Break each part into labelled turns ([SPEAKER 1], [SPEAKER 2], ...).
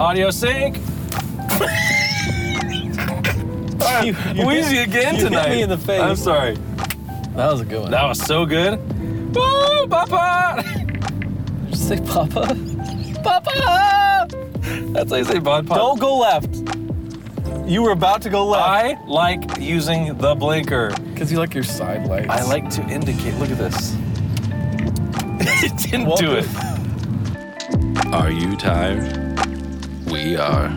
[SPEAKER 1] Audio sync.
[SPEAKER 2] You,
[SPEAKER 1] Wheezy again
[SPEAKER 2] you hit
[SPEAKER 1] tonight.
[SPEAKER 2] me in the face.
[SPEAKER 1] I'm sorry.
[SPEAKER 2] That was a good one.
[SPEAKER 1] That was so good. Woo, Papa!
[SPEAKER 2] Did you say Papa? Papa!
[SPEAKER 1] That's how you say Bod Pop.
[SPEAKER 2] Don't go left. You were about to go left.
[SPEAKER 1] I like using the blinker.
[SPEAKER 2] Because you like your side lights.
[SPEAKER 1] I like to indicate. Look at this. it didn't
[SPEAKER 2] Well-
[SPEAKER 1] do it.
[SPEAKER 3] Are you tired? We are.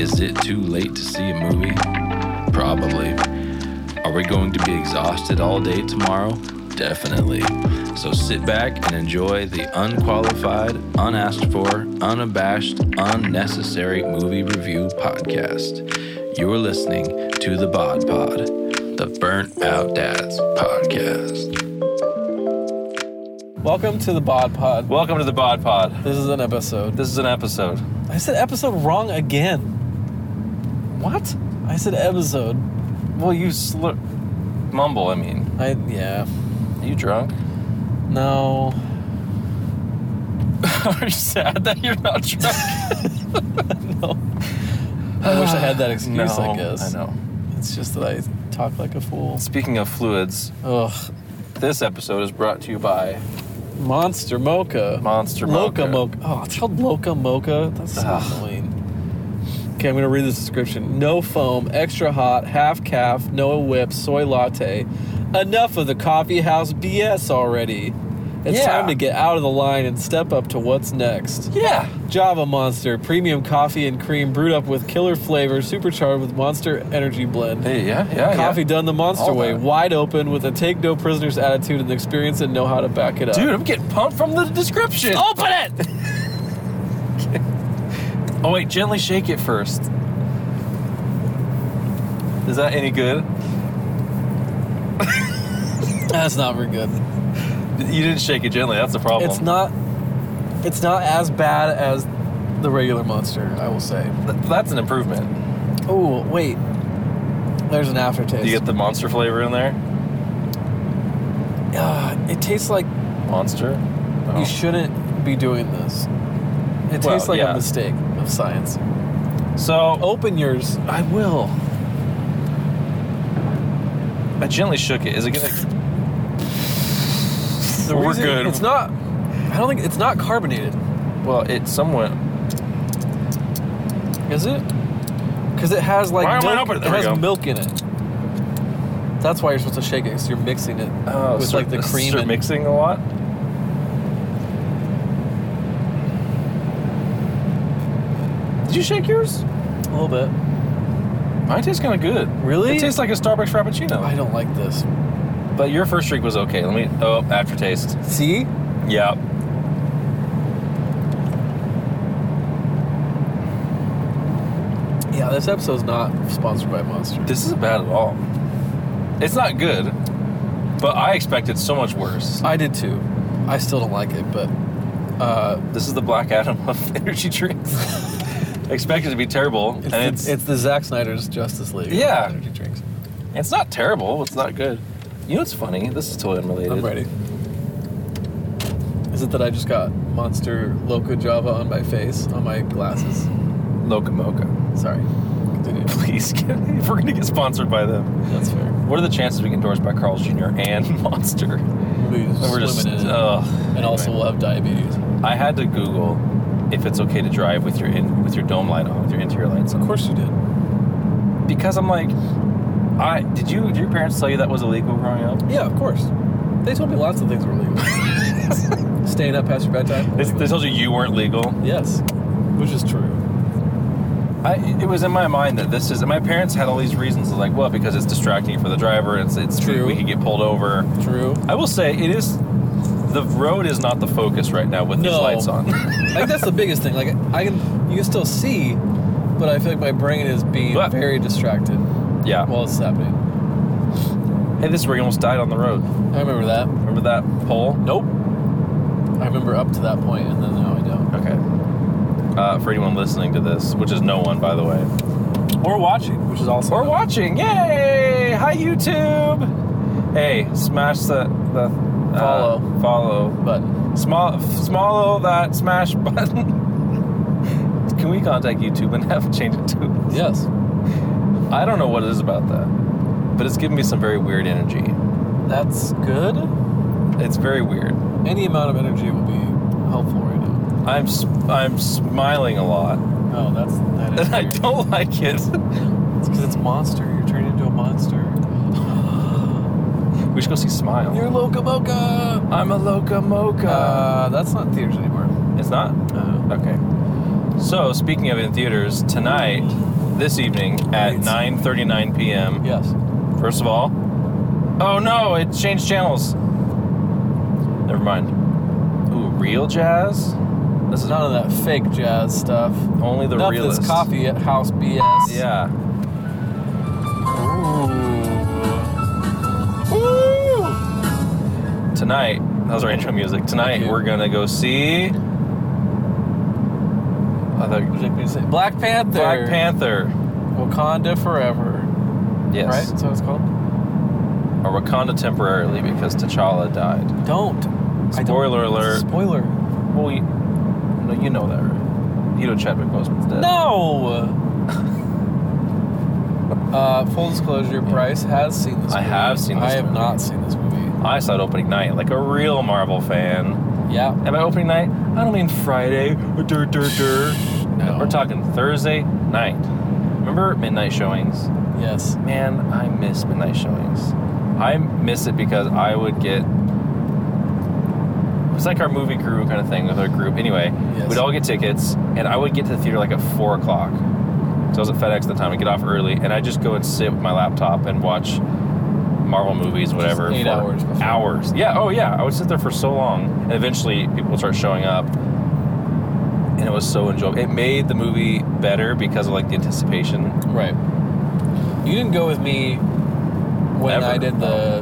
[SPEAKER 3] Is it too late to see a movie? Probably. Are we going to be exhausted all day tomorrow? Definitely. So sit back and enjoy the unqualified, unasked for, unabashed, unnecessary movie review podcast. You're listening to the Bod Pod, the Burnt Out Dads podcast.
[SPEAKER 2] Welcome to the Bod Pod.
[SPEAKER 1] Welcome to the Bod Pod.
[SPEAKER 2] This is an episode.
[SPEAKER 1] This is an episode.
[SPEAKER 2] I said episode wrong again.
[SPEAKER 1] What?
[SPEAKER 2] I said episode.
[SPEAKER 1] Well, you slur, mumble. I mean,
[SPEAKER 2] I yeah.
[SPEAKER 1] Are you drunk?
[SPEAKER 2] No.
[SPEAKER 1] Are you sad that you're not drunk?
[SPEAKER 2] No. I wish I had that excuse,
[SPEAKER 1] no,
[SPEAKER 2] I guess.
[SPEAKER 1] I know.
[SPEAKER 2] It's just that I talk like a fool.
[SPEAKER 1] Speaking of fluids,
[SPEAKER 2] Ugh.
[SPEAKER 1] this episode is brought to you by
[SPEAKER 2] Monster Mocha.
[SPEAKER 1] Monster
[SPEAKER 2] Loca
[SPEAKER 1] Mocha.
[SPEAKER 2] Mocha. Oh, it's called Loca Mocha. That's so
[SPEAKER 1] Ugh.
[SPEAKER 2] annoying. Okay, I'm gonna read this description. No foam, extra hot, half calf, no whip, soy latte. Enough of the coffee house BS already. It's
[SPEAKER 1] Yeah.
[SPEAKER 2] time to get out of the line and step up to what's next.
[SPEAKER 1] Yeah.
[SPEAKER 2] Java Monster, premium coffee and cream brewed up with killer flavor, supercharged with Monster Energy Blend.
[SPEAKER 1] Hey, yeah, yeah.
[SPEAKER 2] Coffee
[SPEAKER 1] yeah.
[SPEAKER 2] done the monster
[SPEAKER 1] All
[SPEAKER 2] way,
[SPEAKER 1] that.
[SPEAKER 2] wide open with a take no prisoners attitude and experience and know how to back it up.
[SPEAKER 1] Dude, I'm getting pumped from the description.
[SPEAKER 2] open it!
[SPEAKER 1] Oh wait, gently shake it first. Is that any good?
[SPEAKER 2] That's not very good.
[SPEAKER 1] You didn't shake it gently. That's the problem.
[SPEAKER 2] It's not. It's not as bad as the regular monster. I will say.
[SPEAKER 1] Th- That's an improvement.
[SPEAKER 2] Oh wait, there's an aftertaste.
[SPEAKER 1] Do you get the monster flavor in there?
[SPEAKER 2] Ah, it tastes like
[SPEAKER 1] Monster. Oh.
[SPEAKER 2] you shouldn't be doing this. It
[SPEAKER 1] Well,
[SPEAKER 2] tastes like
[SPEAKER 1] yeah.
[SPEAKER 2] a mistake of science.
[SPEAKER 1] so
[SPEAKER 2] Open yours.
[SPEAKER 1] I will. I gently shook it. Is it gonna?
[SPEAKER 2] The
[SPEAKER 1] We're
[SPEAKER 2] reason-
[SPEAKER 1] good.
[SPEAKER 2] It's not. I don't think it's not carbonated.
[SPEAKER 1] Well, it's somewhat.
[SPEAKER 2] Is it? Because it has like
[SPEAKER 1] Why am I
[SPEAKER 2] milk,
[SPEAKER 1] open?
[SPEAKER 2] it
[SPEAKER 1] There we
[SPEAKER 2] has
[SPEAKER 1] go.
[SPEAKER 2] milk in it. That's why you're supposed to shake it. Because you're mixing it
[SPEAKER 1] Oh,
[SPEAKER 2] with
[SPEAKER 1] start-
[SPEAKER 2] like the cream.
[SPEAKER 1] Start
[SPEAKER 2] and-
[SPEAKER 1] mixing a lot. Did you shake yours?
[SPEAKER 2] a little bit.
[SPEAKER 1] Mine tastes kind of good.
[SPEAKER 2] Really?
[SPEAKER 1] It tastes like a Starbucks
[SPEAKER 2] I
[SPEAKER 1] Frappuccino.
[SPEAKER 2] don't like this.
[SPEAKER 1] But your first drink was okay. Let me. Oh, aftertaste.
[SPEAKER 2] See?
[SPEAKER 1] Yeah.
[SPEAKER 2] Yeah, this episode's not sponsored by Monster.
[SPEAKER 1] This isn't bad at all. It's not good, but I expected so much worse.
[SPEAKER 2] I did too. I still don't like it, but uh,
[SPEAKER 1] This is the Black Adam of energy drinks. expected to be terrible,
[SPEAKER 2] it's,
[SPEAKER 1] and
[SPEAKER 2] it's,
[SPEAKER 1] it's, it's
[SPEAKER 2] the Zack Snyder's Justice League. of
[SPEAKER 1] Yeah.
[SPEAKER 2] energy drinks.
[SPEAKER 1] not terrible. It's not good. You know what's funny? This is totally unrelated.
[SPEAKER 2] I'm ready. Is it that I just got Monster Loco Java on my face on my glasses?
[SPEAKER 1] Locomoca.
[SPEAKER 2] Sorry. Continue.
[SPEAKER 1] Please, get, if we're gonna get sponsored by them,
[SPEAKER 2] That's fair.
[SPEAKER 1] what are the chances we get endorsed by Carl's Jr. and Monster? And
[SPEAKER 2] We're just
[SPEAKER 1] we're just,
[SPEAKER 2] swimming in it.
[SPEAKER 1] ugh.
[SPEAKER 2] and also
[SPEAKER 1] Anyway.
[SPEAKER 2] we'll have diabetes.
[SPEAKER 1] I had to Google if it's okay to drive with your in, with your dome light on, with your interior lights on.
[SPEAKER 2] Of course you did.
[SPEAKER 1] because I'm like, I did you did your parents tell you that was illegal growing up?
[SPEAKER 2] Yeah, of course. They told me lots of things were legal. Staying up past your bedtime.
[SPEAKER 1] They, they told you you weren't legal.
[SPEAKER 2] Yes, which is true.
[SPEAKER 1] I, it was in my mind that this is. and My parents had all these reasons like, well, because it's distracting for the driver. It's it's
[SPEAKER 2] True.
[SPEAKER 1] We could get pulled over.
[SPEAKER 2] True.
[SPEAKER 1] I will say it is. The road is not the focus right now with these
[SPEAKER 2] No.
[SPEAKER 1] lights on.
[SPEAKER 2] I think that's the biggest thing. Like I can, you can still see, but I feel like my brain is being
[SPEAKER 1] But-
[SPEAKER 2] very distracted
[SPEAKER 1] yeah.
[SPEAKER 2] while it's happening.
[SPEAKER 1] hey, this is where you almost died on the road.
[SPEAKER 2] I remember that.
[SPEAKER 1] Remember that pole?
[SPEAKER 2] Nope. I remember up to that point, and then now I don't.
[SPEAKER 1] Okay. Uh, for anyone listening to this, which is no one, by the way, or watching,
[SPEAKER 2] Which is also
[SPEAKER 1] or watching, yay! Hi, YouTube. Hey, smash the the uh,
[SPEAKER 2] Follow.
[SPEAKER 1] follow,
[SPEAKER 2] But
[SPEAKER 1] small, f- small that smash button. can we contact YouTube and have it change it to?
[SPEAKER 2] Yes.
[SPEAKER 1] I don't know what it is about that, but it's giving me some very weird energy.
[SPEAKER 2] That's good.
[SPEAKER 1] It's very weird.
[SPEAKER 2] Any amount of energy will be helpful right now.
[SPEAKER 1] I'm s- I'm smiling a lot,
[SPEAKER 2] No, Oh, that's that is
[SPEAKER 1] and I
[SPEAKER 2] weird.
[SPEAKER 1] don't like it.
[SPEAKER 2] It's because it's monster. You're turning into a monster.
[SPEAKER 1] We should go see Smile.
[SPEAKER 2] You're loca mocha.
[SPEAKER 1] I'm a loca mocha.
[SPEAKER 2] Uh, that's not in theaters anymore.
[SPEAKER 1] it's not.
[SPEAKER 2] Uh,
[SPEAKER 1] Okay. So speaking of in theaters tonight, this evening at
[SPEAKER 2] Right.
[SPEAKER 1] 9:39 p.m.
[SPEAKER 2] yes.
[SPEAKER 1] First of all, oh no, it changed channels. Never mind. Ooh, real jazz. This is
[SPEAKER 2] None of that fake jazz stuff.
[SPEAKER 1] only the
[SPEAKER 2] Enough of
[SPEAKER 1] realest.
[SPEAKER 2] this coffee at house BS.
[SPEAKER 1] Yeah.
[SPEAKER 2] Ooh. Ooh.
[SPEAKER 1] Tonight, that was our intro music. Tonight
[SPEAKER 2] Okay.
[SPEAKER 1] we're gonna go see. I thought-
[SPEAKER 2] Black Panther.
[SPEAKER 1] Black Panther.
[SPEAKER 2] Wakanda Forever.
[SPEAKER 1] Yes.
[SPEAKER 2] Right? That's what it's called.
[SPEAKER 1] Or Wakanda temporarily because T'Challa died.
[SPEAKER 2] Don't. I don't-
[SPEAKER 1] Spoiler
[SPEAKER 2] It's a
[SPEAKER 1] alert.
[SPEAKER 2] Spoiler.
[SPEAKER 1] Well, you, no, you know that, right? You know Chadwick Boseman's dead.
[SPEAKER 2] No. uh, full disclosure: Bryce has seen this.
[SPEAKER 1] I
[SPEAKER 2] movie.
[SPEAKER 1] have seen this
[SPEAKER 2] I have
[SPEAKER 1] movie.
[SPEAKER 2] not seen this movie.
[SPEAKER 1] I saw it opening night, like a real Marvel fan.
[SPEAKER 2] Yeah.
[SPEAKER 1] And by opening night, I don't mean Friday. Dur, dur, dur.
[SPEAKER 2] No.
[SPEAKER 1] We're talking Thursday night. Remember midnight showings?
[SPEAKER 2] Yes.
[SPEAKER 1] Man, I miss midnight showings. I miss it because I would get. It was like our movie crew kind of thing with our group. Anyway,
[SPEAKER 2] Yes.
[SPEAKER 1] we'd all get tickets, and I would get to the theater like at four o'clock. So I was at FedEx at the time. I get off early, and I just go and sit with my laptop and watch Marvel movies, whatever.
[SPEAKER 2] eight
[SPEAKER 1] for
[SPEAKER 2] hours before.
[SPEAKER 1] Hours. Yeah. Oh yeah. I would sit there for so long, and eventually people would start showing up, and it was so enjoyable. It made the movie better because of like the anticipation.
[SPEAKER 2] Right. You didn't go with me when
[SPEAKER 1] Ever.
[SPEAKER 2] I did the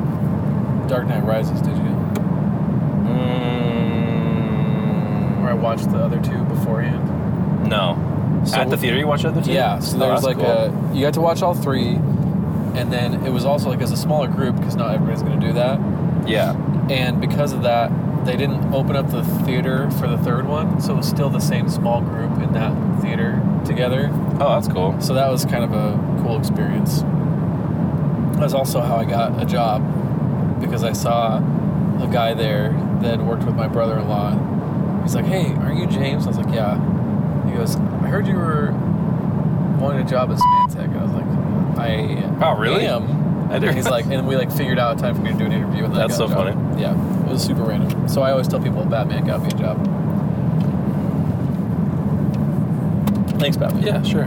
[SPEAKER 2] Dark Knight Rises, did you? Where I
[SPEAKER 1] Mm,
[SPEAKER 2] watched the other two beforehand.
[SPEAKER 1] no.
[SPEAKER 2] So
[SPEAKER 1] At the
[SPEAKER 2] what-
[SPEAKER 1] theater, you watch other two.
[SPEAKER 2] Yeah, so there
[SPEAKER 1] Oh,
[SPEAKER 2] was
[SPEAKER 1] that's
[SPEAKER 2] like
[SPEAKER 1] cool.
[SPEAKER 2] a you got to watch all three, and then it was also like as a smaller group because not everybody's going to do that,
[SPEAKER 1] yeah.
[SPEAKER 2] and because of that they didn't open up the theater for the third one, so it was still the same small group in that theater together.
[SPEAKER 1] Oh, that's cool.
[SPEAKER 2] So that was kind of a cool experience. That's also how I got a job because I saw a guy there that worked with my brother in law. He's like, Hey, are you James? I was like, Yeah. He goes, I heard you were wanting a job at Stantec. I was like, I
[SPEAKER 1] Oh, really?
[SPEAKER 2] am.
[SPEAKER 1] I didn't
[SPEAKER 2] He's like, and we like figured out a time for me to do an interview. And then I
[SPEAKER 1] That's
[SPEAKER 2] got
[SPEAKER 1] so
[SPEAKER 2] a job. Yeah, it was super random. So I always tell people Batman got me a job. Thanks, Batman.
[SPEAKER 1] Yeah, sure.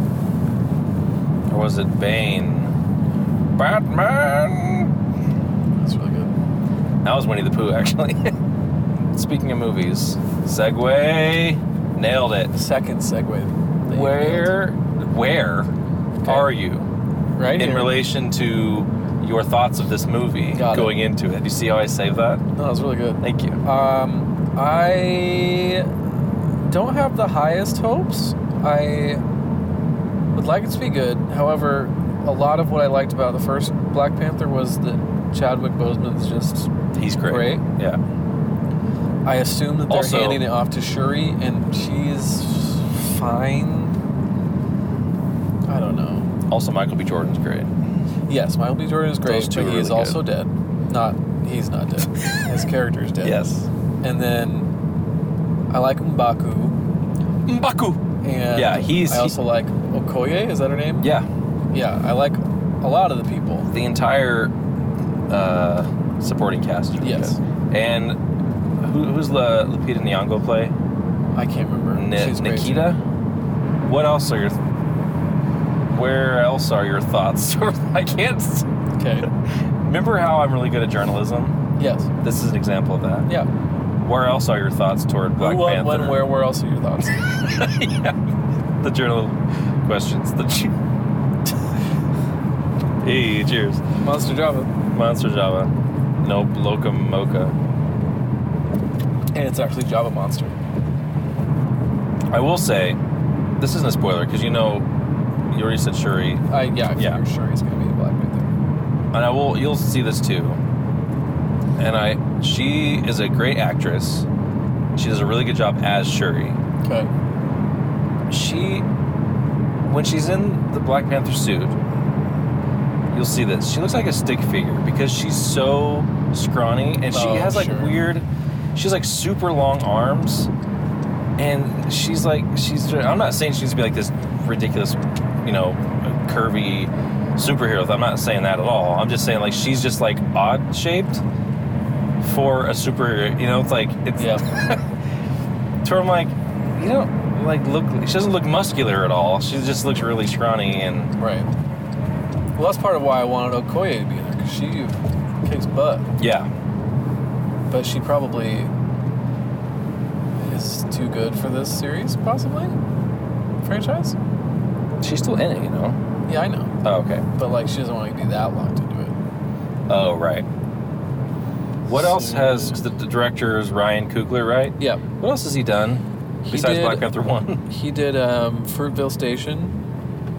[SPEAKER 1] Or was it Bane? Batman.
[SPEAKER 2] that's really good.
[SPEAKER 1] That was Winnie the Pooh, actually. Speaking of movies, segue, nailed it.
[SPEAKER 2] second segue. that you
[SPEAKER 1] Where, where
[SPEAKER 2] Okay.
[SPEAKER 1] are you
[SPEAKER 2] built. Right
[SPEAKER 1] in
[SPEAKER 2] here.
[SPEAKER 1] relation to your thoughts of this movie
[SPEAKER 2] Got it.
[SPEAKER 1] going into it? You see how I saved that?
[SPEAKER 2] No, that was really good.
[SPEAKER 1] Thank you.
[SPEAKER 2] Um, I don't have the highest hopes. I would like it to be good. However, a lot of what I liked about the first Black Panther was that Chadwick Boseman's just.
[SPEAKER 1] He's great.
[SPEAKER 2] Great.
[SPEAKER 1] Yeah.
[SPEAKER 2] I assume that they're
[SPEAKER 1] Also-
[SPEAKER 2] handing it off to Shuri, and she's fine. I don't know.
[SPEAKER 1] Also, Michael B. Jordan's great.
[SPEAKER 2] Yes, Michael B. Jordan is great,
[SPEAKER 1] Those two
[SPEAKER 2] but
[SPEAKER 1] are
[SPEAKER 2] he is
[SPEAKER 1] really
[SPEAKER 2] also dead. Not he's not dead. His character is dead.
[SPEAKER 1] Yes.
[SPEAKER 2] and then I like Mbaku.
[SPEAKER 1] Mbaku.
[SPEAKER 2] And
[SPEAKER 1] Yeah, he's-
[SPEAKER 2] I also like Okoye. Is that her name?
[SPEAKER 1] Yeah.
[SPEAKER 2] Yeah, I like a lot of the people.
[SPEAKER 1] The entire uh, supporting cast. Is really
[SPEAKER 2] Yes.
[SPEAKER 1] Good. And who, who's La, Lupita Nyong'o play?
[SPEAKER 2] I can't remember.
[SPEAKER 1] Ni-
[SPEAKER 2] She's crazy.
[SPEAKER 1] Nikita. What else are your? Where else are your thoughts? I can't. s-
[SPEAKER 2] Okay.
[SPEAKER 1] Remember how I'm really good at journalism.
[SPEAKER 2] Yes.
[SPEAKER 1] This is an example of that.
[SPEAKER 2] Yeah.
[SPEAKER 1] Where else are your thoughts toward Black
[SPEAKER 2] Who, what,
[SPEAKER 1] Panther?
[SPEAKER 2] when, where, where else are your thoughts?
[SPEAKER 1] yeah. The journal questions. The. Ju- hey, cheers.
[SPEAKER 2] Monster Java.
[SPEAKER 1] Monster Java. Nope, Locum Mocha.
[SPEAKER 2] And it's actually Java Monster.
[SPEAKER 1] I will say, this isn't a spoiler because you know, you already said Shuri, and
[SPEAKER 2] I yeah. I
[SPEAKER 1] Yeah.
[SPEAKER 2] figured Sure, he's gonna be the Black Panther.
[SPEAKER 1] I will. You'll see this too. And I, she is a great actress. She does a really good job as Shuri.
[SPEAKER 2] Okay.
[SPEAKER 1] she when she's in the Black Panther suit, you'll see this. She looks like a stick figure because she's so scrawny and she
[SPEAKER 2] Oh,
[SPEAKER 1] has like
[SPEAKER 2] sure.
[SPEAKER 1] weird she's like super long arms and she's like she's I'm not saying she needs to be like this ridiculous, you know, curvy superhero. I'm not saying that at all. I'm just saying like she's just like odd shaped for a superhero. You know, it's like it's
[SPEAKER 2] Yeah.
[SPEAKER 1] to him like you don't like look she doesn't look muscular at all she just looks really scrawny and
[SPEAKER 2] right. Well, that's part of why I wanted Okoye to be there because she kicks butt,
[SPEAKER 1] yeah
[SPEAKER 2] but she probably is too good for this series, possibly franchise.
[SPEAKER 1] she's still in it you know
[SPEAKER 2] Yeah, I know,
[SPEAKER 1] oh okay
[SPEAKER 2] but like she doesn't want to be that locked into it.
[SPEAKER 1] oh right what else
[SPEAKER 2] So-
[SPEAKER 1] has 'cause the, the director is ryan kugler right
[SPEAKER 2] Yeah,
[SPEAKER 1] what else has he done
[SPEAKER 2] He
[SPEAKER 1] besides
[SPEAKER 2] did-
[SPEAKER 1] black panther 1
[SPEAKER 2] he did um, Fruitville Station,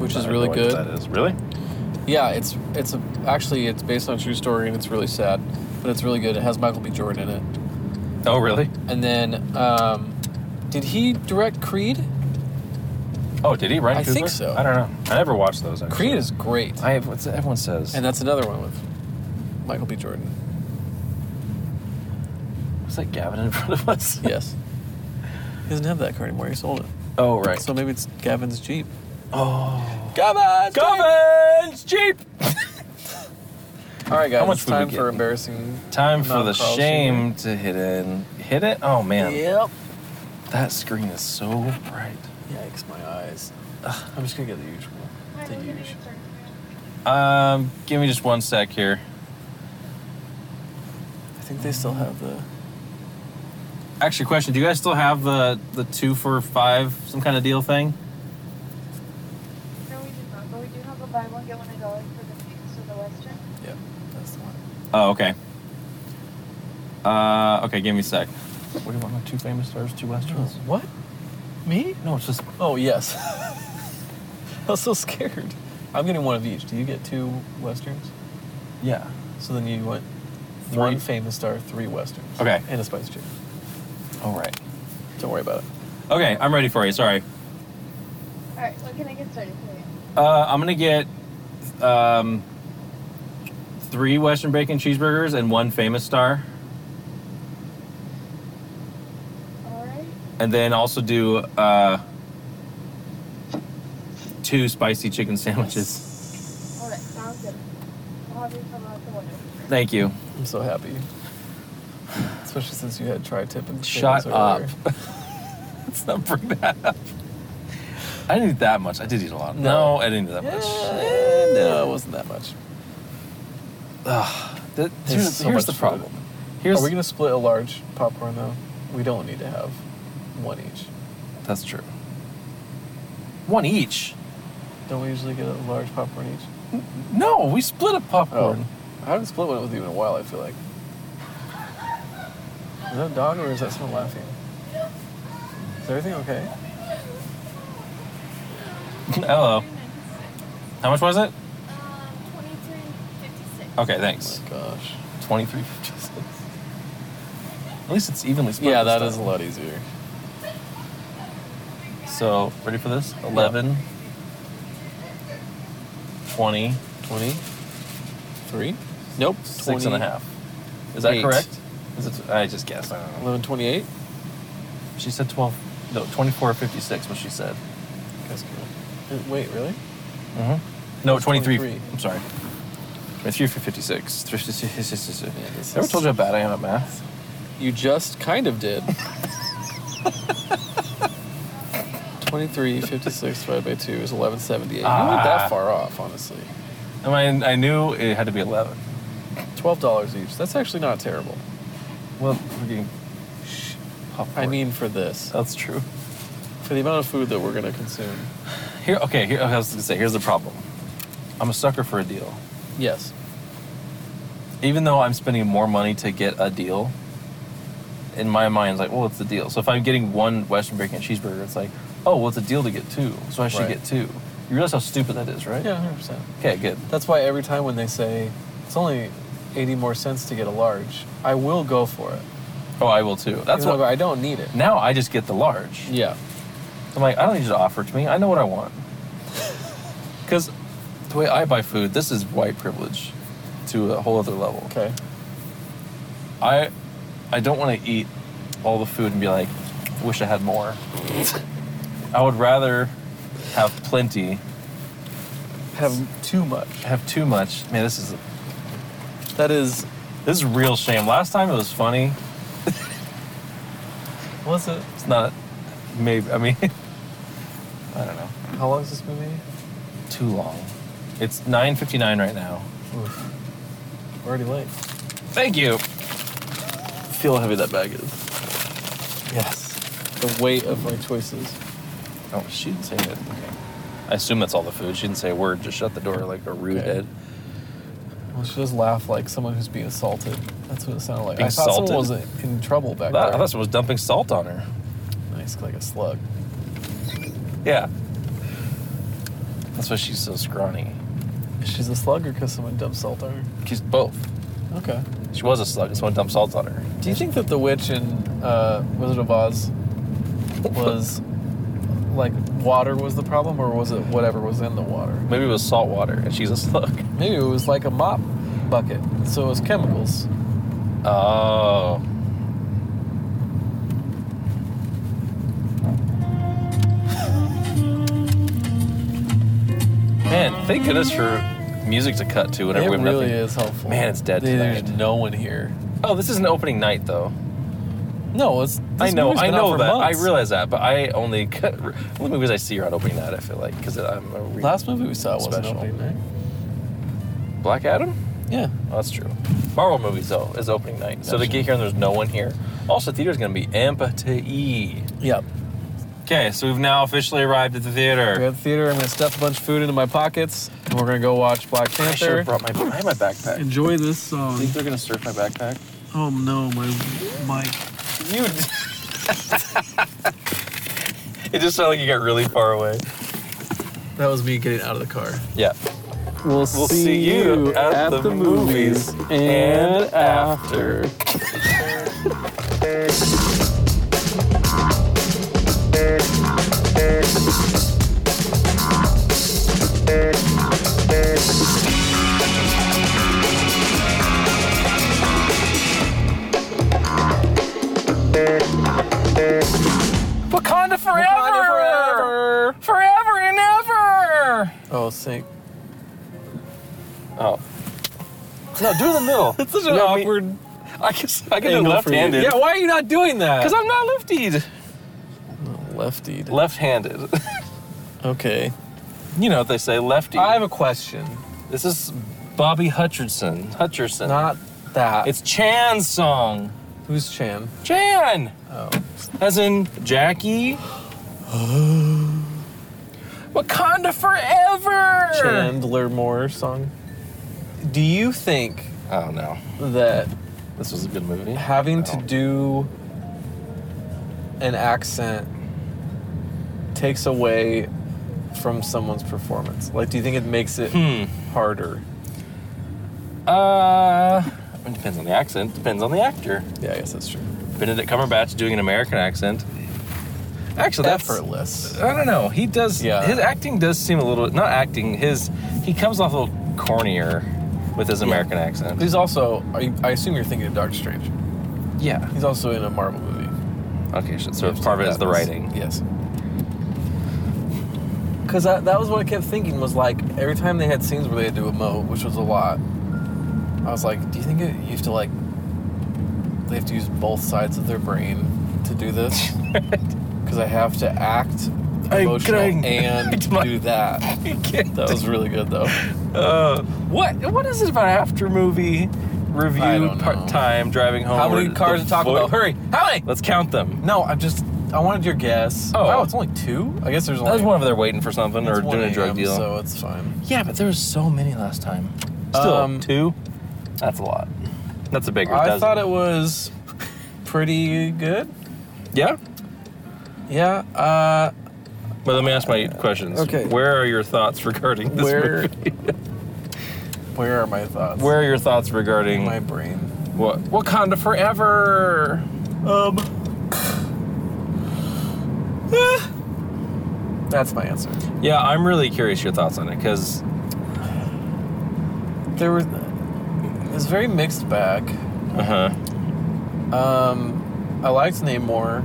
[SPEAKER 2] which
[SPEAKER 1] I
[SPEAKER 2] is
[SPEAKER 1] don't
[SPEAKER 2] really
[SPEAKER 1] know what
[SPEAKER 2] good.
[SPEAKER 1] that is really
[SPEAKER 2] Yeah, it's it's a, actually it's based on a true story and it's really sad, but it's really good. It has Michael B. Jordan in it.
[SPEAKER 1] oh really
[SPEAKER 2] And then, um, did he direct Creed?
[SPEAKER 1] oh did he ryan
[SPEAKER 2] I
[SPEAKER 1] kugler
[SPEAKER 2] think so.
[SPEAKER 1] i don't know i never watched those actually.
[SPEAKER 2] Creed is great,
[SPEAKER 1] i have what's everyone says
[SPEAKER 2] and that's another one with Michael B. Jordan.
[SPEAKER 1] was that gavin in front of us
[SPEAKER 2] Yes, he doesn't have that car anymore. He sold it,
[SPEAKER 1] oh right
[SPEAKER 2] so maybe it's Gavin's Jeep.
[SPEAKER 1] oh
[SPEAKER 2] Gavin's
[SPEAKER 1] gavin's jeep
[SPEAKER 2] All right, guys,
[SPEAKER 1] How much
[SPEAKER 2] it's
[SPEAKER 1] would we
[SPEAKER 2] time
[SPEAKER 1] get?
[SPEAKER 2] for embarrassing.
[SPEAKER 1] Time for the
[SPEAKER 2] Non-crawl
[SPEAKER 1] shame to hit in. Hit it? Oh man,
[SPEAKER 2] Yep.
[SPEAKER 1] that screen is so bright.
[SPEAKER 2] Yikes, my eyes. Ugh, I'm just gonna get the usual. Take the usual.
[SPEAKER 1] Um, give me just one sec here.
[SPEAKER 2] I think they still have the.
[SPEAKER 1] Actually, question: Do you guys still have the the two for five some kind of deal thing?
[SPEAKER 4] No, we do not, but we do have a buy one, get one a dollar for the tickets to the Western.
[SPEAKER 2] Yeah, that's the one.
[SPEAKER 1] Oh, okay. Uh, okay, give me a sec. What do you want? My two famous stars, two westerns.
[SPEAKER 2] What? Me?
[SPEAKER 1] No, it's just
[SPEAKER 2] Oh yes. I was so scared. I'm getting one of each. Do you get two westerns?
[SPEAKER 1] yeah.
[SPEAKER 2] So then you went
[SPEAKER 1] Three.
[SPEAKER 2] one famous star, three westerns.
[SPEAKER 1] Okay.
[SPEAKER 2] And a spice chicken.
[SPEAKER 1] All right.
[SPEAKER 2] Don't worry about it.
[SPEAKER 1] Okay, I'm ready for you. Sorry.
[SPEAKER 4] All right, what can I get started for you?
[SPEAKER 1] Uh, I'm gonna get um, three Western bacon cheeseburgers and one famous star.
[SPEAKER 4] All right.
[SPEAKER 1] and then also do uh, two spicy chicken sandwiches.
[SPEAKER 4] All right, sounds good. I'll have you come out the window.
[SPEAKER 1] Thank you.
[SPEAKER 2] I'm so happy. Especially since you had tri-tip and potatoes
[SPEAKER 1] Shut up.
[SPEAKER 2] earlier.
[SPEAKER 1] Let's not bring that up. I didn't eat that much. I did eat a lot. No,
[SPEAKER 2] No.
[SPEAKER 1] I didn't eat that much.
[SPEAKER 2] Eh, no, it wasn't that much.
[SPEAKER 1] Ugh. Th-
[SPEAKER 2] There's
[SPEAKER 1] here's
[SPEAKER 2] so
[SPEAKER 1] here's
[SPEAKER 2] much
[SPEAKER 1] the
[SPEAKER 2] food.
[SPEAKER 1] problem. Here's
[SPEAKER 2] Are we gonna split a large popcorn though? We don't need to have one each.
[SPEAKER 1] that's true. One each.
[SPEAKER 2] Don't we usually get a large popcorn each?
[SPEAKER 1] No, we split a popcorn.
[SPEAKER 2] Oh. I haven't split one with you in a while, I feel like. Is that a dog or is that someone laughing? Is everything okay?
[SPEAKER 1] Hello. How much was it?
[SPEAKER 4] Um, Twenty-three fifty-six.
[SPEAKER 1] Okay,
[SPEAKER 2] Oh
[SPEAKER 1] thanks.
[SPEAKER 2] my gosh.
[SPEAKER 1] Twenty three fifty six. At least it's evenly split.
[SPEAKER 2] Yeah,
[SPEAKER 1] this
[SPEAKER 2] that
[SPEAKER 1] time.
[SPEAKER 2] is a lot easier.
[SPEAKER 1] So, ready for this? 11, 20,
[SPEAKER 2] 23? Nope.
[SPEAKER 1] six and a half. Is that
[SPEAKER 2] Eight.
[SPEAKER 1] correct? Is it, I just guessed. I don't know.
[SPEAKER 2] 11, 28?
[SPEAKER 1] She said 12, no, 24 56, what she said.
[SPEAKER 2] That's cool. Wait, really?
[SPEAKER 1] Mm-hmm. No,
[SPEAKER 2] That's
[SPEAKER 1] 23.
[SPEAKER 2] 23.
[SPEAKER 1] I'm sorry. 23 for 56. 56.
[SPEAKER 2] this
[SPEAKER 1] Ever
[SPEAKER 2] is-
[SPEAKER 1] told you how bad I am at math?
[SPEAKER 2] You just kind of did. 23, 56 divided by 2 is 1178. You weren't
[SPEAKER 1] Ah.
[SPEAKER 2] that far off, honestly.
[SPEAKER 1] I mean, I knew it had to be 11.
[SPEAKER 2] $12 each. That's actually not terrible.
[SPEAKER 1] Well, we're getting.
[SPEAKER 2] I
[SPEAKER 1] popcorn.
[SPEAKER 2] mean, for this.
[SPEAKER 1] that's true.
[SPEAKER 2] For the amount of food that we're gonna consume.
[SPEAKER 1] Here, okay, here, I was going to say, here's the problem I'm a sucker for a deal.
[SPEAKER 2] Yes.
[SPEAKER 1] even though I'm spending more money to get a deal, in my mind, it's like, well, it's the deal. So if I'm getting one Western bacon cheeseburger, it's like, oh, well, it's a deal to get two, so I should
[SPEAKER 2] Right.
[SPEAKER 1] get two. You realize how stupid that is, right?
[SPEAKER 2] Yeah, hundred percent.
[SPEAKER 1] Okay, good.
[SPEAKER 2] That's why every time when they say it's only eighty more cents to get a large, I will go for it.
[SPEAKER 1] Oh, I will too. That's
[SPEAKER 2] Even
[SPEAKER 1] what.
[SPEAKER 2] though I don't need it.
[SPEAKER 1] Now I just get the large.
[SPEAKER 2] Yeah.
[SPEAKER 1] I'm like, I don't need you to offer it to me. I know what I want. Because the way I buy food, this is white privilege to a whole other level.
[SPEAKER 2] Okay.
[SPEAKER 1] I I don't want to eat all the food and be like, wish I had more. I would rather have plenty,
[SPEAKER 2] Have too much.
[SPEAKER 1] have too much. Man, this is
[SPEAKER 2] That is,
[SPEAKER 1] this is real shame. Last time it was funny.
[SPEAKER 2] was it?
[SPEAKER 1] It's not maybe I mean I don't know.
[SPEAKER 2] How long is this movie?
[SPEAKER 1] Too long. It's 9:59 right now.
[SPEAKER 2] Oof. We're already late.
[SPEAKER 1] Thank you.
[SPEAKER 2] Feel how heavy that bag is. Yes. The weight of my choices.
[SPEAKER 1] Oh, she didn't say that. Okay. I assume that's all the food. She didn't say a word. Just shut the door like a rude
[SPEAKER 2] Okay.
[SPEAKER 1] head.
[SPEAKER 2] Well, she does laugh like someone w's being assaulted. That's what it sounded like.
[SPEAKER 1] Being
[SPEAKER 2] I thought someone was
[SPEAKER 1] assaulted?
[SPEAKER 2] in trouble back
[SPEAKER 1] That, I
[SPEAKER 2] there.
[SPEAKER 1] thought someone was dumping salt on her.
[SPEAKER 2] nice, like a slug.
[SPEAKER 1] Yeah. That's why she's so scrawny.
[SPEAKER 2] She's a slugger because someone dumped salt on her.
[SPEAKER 1] She's both.
[SPEAKER 2] Okay.
[SPEAKER 1] She was a slug, and someone dumped salt on her.
[SPEAKER 2] Do you think that the witch in uh, Wizard of Oz was like water was the problem, or was it whatever was in the water?
[SPEAKER 1] Maybe it was salt water, and she's a slug.
[SPEAKER 2] Maybe it was like a mop bucket, so it was chemicals.
[SPEAKER 1] Oh. Man, thank goodness for music to cut to whenever
[SPEAKER 2] it
[SPEAKER 1] we have
[SPEAKER 2] really
[SPEAKER 1] nothing.
[SPEAKER 2] is helpful.
[SPEAKER 1] Man, it's dead
[SPEAKER 2] There- There's
[SPEAKER 1] tonight.
[SPEAKER 2] no one here.
[SPEAKER 1] Oh, this is an opening night, though.
[SPEAKER 2] No, it's.
[SPEAKER 1] I
[SPEAKER 2] this
[SPEAKER 1] know,
[SPEAKER 2] movie's
[SPEAKER 1] I
[SPEAKER 2] been out
[SPEAKER 1] know
[SPEAKER 2] for
[SPEAKER 1] that.
[SPEAKER 2] months.
[SPEAKER 1] I realize that, but I only cut, only movies I see are on opening night. I feel like because I'm a re-
[SPEAKER 2] Last movie we saw was
[SPEAKER 1] Special.
[SPEAKER 2] special. Night.
[SPEAKER 1] Black Adam.
[SPEAKER 2] Yeah.
[SPEAKER 1] Oh, that's true. Marvel movies though is opening night, so to
[SPEAKER 2] Gotcha.
[SPEAKER 1] get here and there's no one here. Also, theater's gonna be empty.
[SPEAKER 2] Yep.
[SPEAKER 1] Okay, so we've now officially arrived at the
[SPEAKER 2] We're
[SPEAKER 1] theater.
[SPEAKER 2] at the theater. I'm gonna stuff a bunch of food into my pockets, and we're gonna go watch Black
[SPEAKER 1] I should
[SPEAKER 2] Panther.
[SPEAKER 1] have brought my I have my backpack.
[SPEAKER 2] Enjoy this song.
[SPEAKER 1] Think they're gonna search my backpack?
[SPEAKER 2] Oh no, my mic.
[SPEAKER 1] You. it just sounded like you got really far away.
[SPEAKER 2] That was me getting out of the car.
[SPEAKER 1] Yeah.
[SPEAKER 2] We'll,
[SPEAKER 1] see you at the movies and after. Wakanda forever!
[SPEAKER 2] forever!
[SPEAKER 1] Forever and ever!
[SPEAKER 2] Oh, sink.
[SPEAKER 1] Oh. No, do the middle.
[SPEAKER 2] That's such an
[SPEAKER 1] No, I mean-
[SPEAKER 2] awkward
[SPEAKER 1] I guess I can do
[SPEAKER 2] angle for you.
[SPEAKER 1] left-handed.
[SPEAKER 2] Yeah, why are you not doing that?
[SPEAKER 1] because I'm not lefty.
[SPEAKER 2] I'm lefty.
[SPEAKER 1] Left-handed.
[SPEAKER 2] Okay.
[SPEAKER 1] you know what they say, lefty.
[SPEAKER 2] I have a question.
[SPEAKER 1] this is Bobby Hutcherson. Hutcherson.
[SPEAKER 2] Not that.
[SPEAKER 1] it's Chan's song.
[SPEAKER 2] who's Chan?
[SPEAKER 1] Chan,
[SPEAKER 2] Oh,
[SPEAKER 1] as in Jackie. Wakanda forever.
[SPEAKER 2] Chandler Moore song. Do you think
[SPEAKER 1] Oh no,
[SPEAKER 2] that
[SPEAKER 1] this was a good movie.
[SPEAKER 2] having to
[SPEAKER 1] No.
[SPEAKER 2] do an accent takes away from someone's performance? Like, do you think it makes it harder?
[SPEAKER 1] Uh, it depends on the accent. Depends on the actor.
[SPEAKER 2] Yeah, I guess that's true.
[SPEAKER 1] Benedict Cumberbatch doing an American accent. Actually, that's
[SPEAKER 2] Effortless.
[SPEAKER 1] I don't know. He does.
[SPEAKER 2] Yeah.
[SPEAKER 1] His acting does seem a little not acting. His he comes off a little cornier with his American accent.
[SPEAKER 2] He's also. I, I assume you're thinking of Doctor Strange.
[SPEAKER 1] Yeah.
[SPEAKER 2] He's also in a Marvel movie.
[SPEAKER 1] Okay. So, so part of it is the writing.
[SPEAKER 2] Yes. Because that, that was what I kept thinking was like every time they had scenes where they had to emote, which was a lot. I was like, do you think it, you have to like they have to use both sides of their brain to do this? Because I have to act
[SPEAKER 1] I'm
[SPEAKER 2] emotional
[SPEAKER 1] crying. It's
[SPEAKER 2] and
[SPEAKER 1] my-
[SPEAKER 2] do that. That was really good though.
[SPEAKER 1] Uh, what what is it about after movie
[SPEAKER 2] I
[SPEAKER 1] review
[SPEAKER 2] don't know.
[SPEAKER 1] part time driving home?
[SPEAKER 2] How many
[SPEAKER 1] or
[SPEAKER 2] cars
[SPEAKER 1] the
[SPEAKER 2] to talk
[SPEAKER 1] vo-
[SPEAKER 2] about? Hurry! How many?
[SPEAKER 1] Let's count them.
[SPEAKER 2] No, I'm just I wanted your guess.
[SPEAKER 1] Oh.
[SPEAKER 2] wow, it's only two. I guess there's only
[SPEAKER 1] That was one of them waiting for something
[SPEAKER 2] it's
[SPEAKER 1] or
[SPEAKER 2] 1
[SPEAKER 1] doing a drug
[SPEAKER 2] a.m.,
[SPEAKER 1] deal.
[SPEAKER 2] so it's fine.
[SPEAKER 1] Yeah, but there was so many last time. Still
[SPEAKER 2] Um,
[SPEAKER 1] two. That's a lot. That's a bigger.
[SPEAKER 2] I thought it was pretty good.
[SPEAKER 1] Yeah.
[SPEAKER 2] Yeah. Uh,
[SPEAKER 1] But let me ask my questions.
[SPEAKER 2] Okay.
[SPEAKER 1] Where are your thoughts regarding this
[SPEAKER 2] where?
[SPEAKER 1] movie?
[SPEAKER 2] where are my thoughts?
[SPEAKER 1] Where are your thoughts regarding
[SPEAKER 2] my brain?
[SPEAKER 1] what Wakanda Forever?
[SPEAKER 2] Um. That's my answer.
[SPEAKER 1] Yeah, I'm really curious your thoughts on it because
[SPEAKER 2] There was it's a very mixed bag.
[SPEAKER 1] uh huh,
[SPEAKER 2] Um, I liked Namor.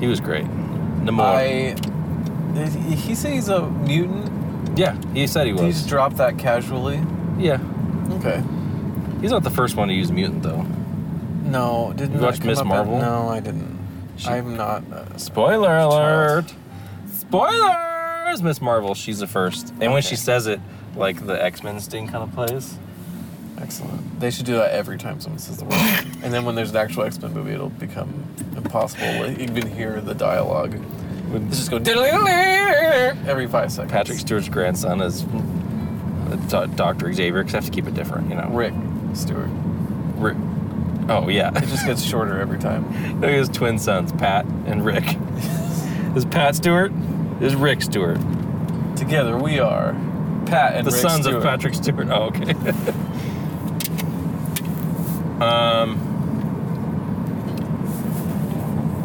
[SPEAKER 1] he was great. Namor.
[SPEAKER 2] I did he say he's a mutant?
[SPEAKER 1] yeah, he said he
[SPEAKER 2] Did he
[SPEAKER 1] was.
[SPEAKER 2] just drop that casually?
[SPEAKER 1] yeah,
[SPEAKER 2] Okay.
[SPEAKER 1] he's not the first one to use mutant though.
[SPEAKER 2] No, didn't
[SPEAKER 1] You
[SPEAKER 2] that
[SPEAKER 1] watched
[SPEAKER 2] come
[SPEAKER 1] Ms.
[SPEAKER 2] up in-
[SPEAKER 1] Marvel?
[SPEAKER 2] no, I didn't.
[SPEAKER 1] She-
[SPEAKER 2] I'm not. Uh,
[SPEAKER 1] Spoiler
[SPEAKER 2] Child.
[SPEAKER 1] alert! Spoilers! Miss Marvel, she's the first. And when
[SPEAKER 2] Okay.
[SPEAKER 1] she says it, like the X Men sting kind of plays.
[SPEAKER 2] excellent. They should do that every time someone says the word. and then when there's an actual X Men movie, it'll become impossible to even hear the dialogue. Let's just go every five seconds.
[SPEAKER 1] Patrick Stewart's grandson is uh, Doctor Xavier, because I have to keep it different, you know.
[SPEAKER 2] Rick Stewart.
[SPEAKER 1] Rick. Oh yeah,
[SPEAKER 2] It just gets shorter every time.
[SPEAKER 1] Look at his twin sons, Pat and Rick. Is Pat Stewart? Is Rick Stewart?
[SPEAKER 2] Together we are Pat and
[SPEAKER 1] the
[SPEAKER 2] Rick
[SPEAKER 1] sons
[SPEAKER 2] Stewart.
[SPEAKER 1] of Patrick Stewart. Oh, okay. um.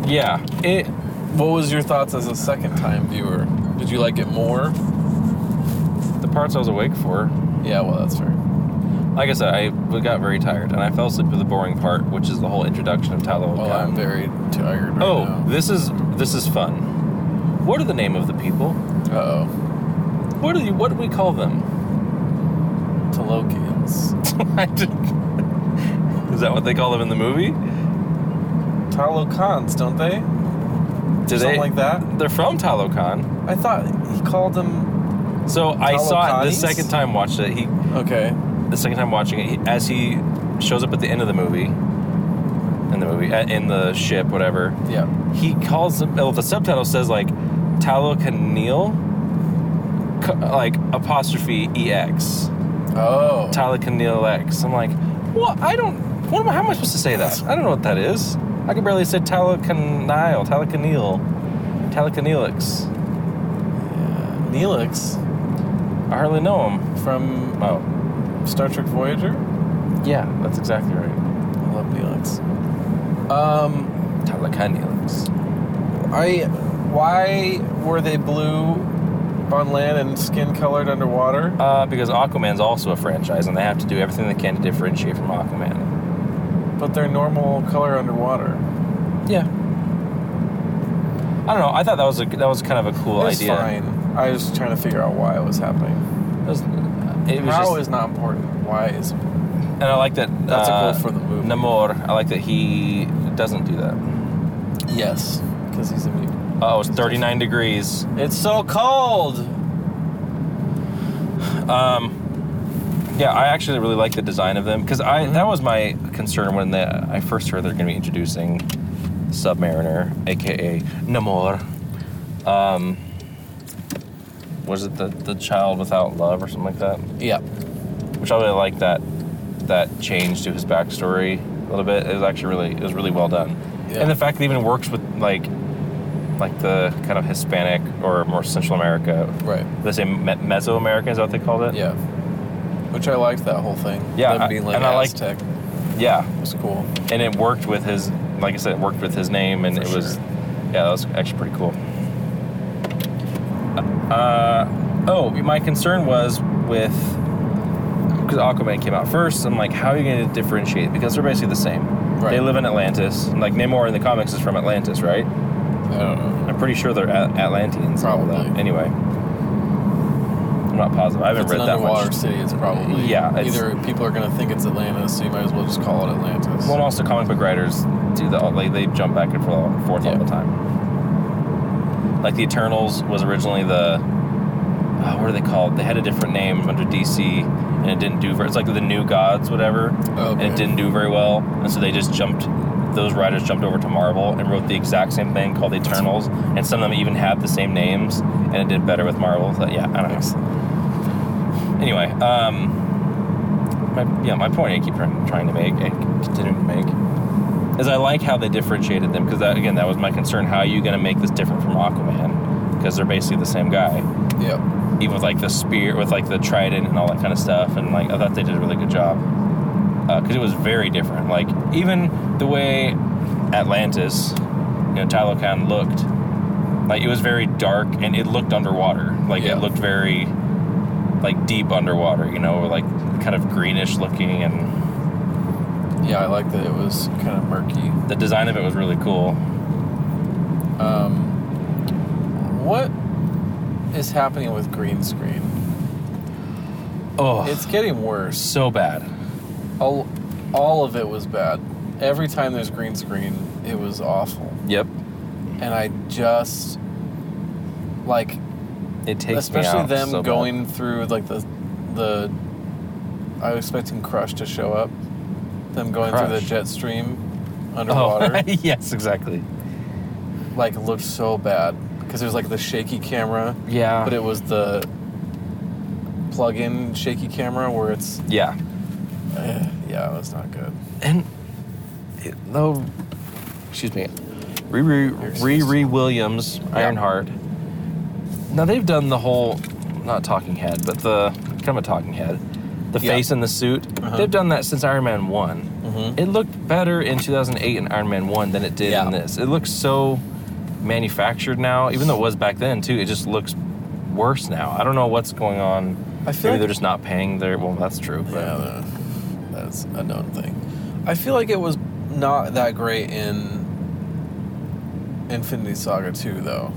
[SPEAKER 1] Yeah. It.
[SPEAKER 2] What was your thoughts as a second time viewer? Did you like it more?
[SPEAKER 1] The parts I was awake for.
[SPEAKER 2] Yeah, well that's fair.
[SPEAKER 1] Like I said, I w- got very tired, and I fell asleep for the boring part, which is the whole introduction of Talo.
[SPEAKER 2] Well, Oh, I'm very tired right
[SPEAKER 1] oh,
[SPEAKER 2] now.
[SPEAKER 1] this is this is fun. What are the name of the people?
[SPEAKER 2] Uh-oh.
[SPEAKER 1] What do you? What do we call them?
[SPEAKER 2] Talokians.
[SPEAKER 1] I didn't- is that what they call them in the movie?
[SPEAKER 2] Talokans, don't they?
[SPEAKER 1] Do
[SPEAKER 2] Something
[SPEAKER 1] they?
[SPEAKER 2] like that.
[SPEAKER 1] they're from Talokan.
[SPEAKER 2] I thought he called them.
[SPEAKER 1] So I saw it the
[SPEAKER 2] Talokanis?
[SPEAKER 1] second time. Watched it. He
[SPEAKER 2] Okay.
[SPEAKER 1] the second time watching it, he- as he shows up at the end of the movie, in the movie, uh, in the ship, whatever,
[SPEAKER 2] Yeah.
[SPEAKER 1] he calls him. Well, the subtitle says like Talokanil, c- like apostrophe E ex,
[SPEAKER 2] Oh.
[SPEAKER 1] Talokanil x. I'm like, what? I don't. What am I, how am I supposed to say that? I don't know what that is. I can barely say Talokanil, Talokanil, Talokanilix.
[SPEAKER 2] yeah. Neelix
[SPEAKER 1] I hardly know him.
[SPEAKER 2] from
[SPEAKER 1] Oh,
[SPEAKER 2] Star Trek Voyager.
[SPEAKER 1] yeah, that's exactly right.
[SPEAKER 2] I love Neelix. Um,
[SPEAKER 1] Talokanilix.
[SPEAKER 2] I. Why were they blue on land and skin colored underwater?
[SPEAKER 1] Uh, because Aquaman's also a franchise, and they have to do everything they can to differentiate from Aquaman.
[SPEAKER 2] But they're normal color underwater.
[SPEAKER 1] Yeah. I don't know. I thought that was a that was kind of a cool
[SPEAKER 2] it's
[SPEAKER 1] idea.
[SPEAKER 2] fine. I was trying to figure out why it was happening.
[SPEAKER 1] It was, it was
[SPEAKER 2] How is
[SPEAKER 1] just,
[SPEAKER 2] not important. Why is
[SPEAKER 1] and I like that.
[SPEAKER 2] That's a
[SPEAKER 1] uh,
[SPEAKER 2] goal for the movie.
[SPEAKER 1] Namor. I like that he doesn't do that.
[SPEAKER 2] yes? Because he's a mutant.
[SPEAKER 1] Oh, it's 39 degrees.
[SPEAKER 2] It's so cold.
[SPEAKER 1] Um, yeah, I actually really like the design of them because I that was my concern when the, I first heard they're going to be introducing Submariner, aka Namor. Um, was it the the child without love or something like that?
[SPEAKER 2] Yeah.
[SPEAKER 1] Which I really like that that change to his backstory a little bit. It was actually really it was really well done,
[SPEAKER 2] Yeah.
[SPEAKER 1] and the fact that it even works with like like the kind of Hispanic or more Central America.
[SPEAKER 2] Right.
[SPEAKER 1] They say Me- Mesoamericans, what they called it.
[SPEAKER 2] Yeah. Which I liked that whole thing.
[SPEAKER 1] Yeah,
[SPEAKER 2] Them
[SPEAKER 1] I-
[SPEAKER 2] being like
[SPEAKER 1] and I liked-
[SPEAKER 2] Aztec.
[SPEAKER 1] Yeah,
[SPEAKER 2] It was cool.
[SPEAKER 1] and it worked with his like i said it worked with his name and
[SPEAKER 2] For
[SPEAKER 1] it was
[SPEAKER 2] sure.
[SPEAKER 1] yeah that was actually pretty cool uh, oh my concern was with because aquaman came out first i'm like how are you going to differentiate because they're basically the same
[SPEAKER 2] Right.
[SPEAKER 1] they live in atlantis and, like namor in the comics is from atlantis right
[SPEAKER 2] I don't know.
[SPEAKER 1] i'm pretty sure they're At- atlanteans and all that.
[SPEAKER 2] Oh, Probably.
[SPEAKER 1] anyway i'm not positive i haven't
[SPEAKER 2] It's an
[SPEAKER 1] read that
[SPEAKER 2] underwater
[SPEAKER 1] much
[SPEAKER 2] city. It's probably
[SPEAKER 1] Yeah, it's-
[SPEAKER 2] Either people are gonna think it's Atlantis, so you might as well just call it Atlantis.
[SPEAKER 1] Well, and also comic book writers do that. Like they jump back and forth forth all
[SPEAKER 2] Yeah.
[SPEAKER 1] the time. Like the Eternals was originally the oh, what are they called? They had a different name under DC, and it didn't do. Very, it's like the New Gods, whatever, and
[SPEAKER 2] Okay.
[SPEAKER 1] it didn't do very well. And so they just jumped. Those writers jumped over to Marvel and wrote the exact same thing called the Eternals, and some of them even had the same names, and it did better with Marvel. So yeah, I don't know
[SPEAKER 2] Excellent.
[SPEAKER 1] anyway, um, my, yeah, my point I keep trying, trying to make and continuing to make is I like how they differentiated them because that again that was my concern. How are you going to make this different from Aquaman? Because they're basically the same guy,
[SPEAKER 2] Yeah.
[SPEAKER 1] even with like the spear, with like the trident and all that kind of stuff. And like I thought they did a really good job because it was very different. Like even the way Atlantis, you know, Talokan looked Like it was very dark and it looked underwater. Like
[SPEAKER 2] Yeah.
[SPEAKER 1] it looked very like deep underwater, you know, or like kind of greenish looking and
[SPEAKER 2] Yeah, I like that it was kind of murky.
[SPEAKER 1] the design of it was really cool.
[SPEAKER 2] Um, what is happening with green screen?
[SPEAKER 1] Oh,
[SPEAKER 2] It's getting worse.
[SPEAKER 1] so bad.
[SPEAKER 2] All, all of it was bad. Every time there's green screen, it was awful.
[SPEAKER 1] Yep.
[SPEAKER 2] And I just like,
[SPEAKER 1] It takes me
[SPEAKER 2] especially
[SPEAKER 1] out
[SPEAKER 2] them
[SPEAKER 1] so bad.
[SPEAKER 2] going through like the, the. I was expecting Crush to show up. Them going through the
[SPEAKER 1] Crush?
[SPEAKER 2] jet stream
[SPEAKER 1] Oh,
[SPEAKER 2] underwater.
[SPEAKER 1] yes, exactly. Oh.
[SPEAKER 2] like looked so bad because it was like the shaky camera,
[SPEAKER 1] Yeah.
[SPEAKER 2] but it was the plug-in shaky camera where it's
[SPEAKER 1] yeah.
[SPEAKER 2] eh, yeah, it was not good.
[SPEAKER 1] And it, though, excuse me, Riri,
[SPEAKER 2] excused.
[SPEAKER 1] Riri Williams, Ironheart. Now they've done the whole, not talking head, but the kind of a talking head, the
[SPEAKER 2] Yeah.
[SPEAKER 1] face in the suit.
[SPEAKER 2] Uh-huh.
[SPEAKER 1] They've done that since Iron Man One.
[SPEAKER 2] Mm-hmm.
[SPEAKER 1] It looked better in 2008 in Iron Man One than it did
[SPEAKER 2] Yeah.
[SPEAKER 1] in this. It looks so manufactured now, even though it was back then too. It just looks worse now. I don't know what's going on.
[SPEAKER 2] I
[SPEAKER 1] Maybe
[SPEAKER 2] feel like-
[SPEAKER 1] they're just not paying their. Well, that's true. But
[SPEAKER 2] Yeah, the- that's a known thing. I feel like it was not that great in Infinity Saga 2 though,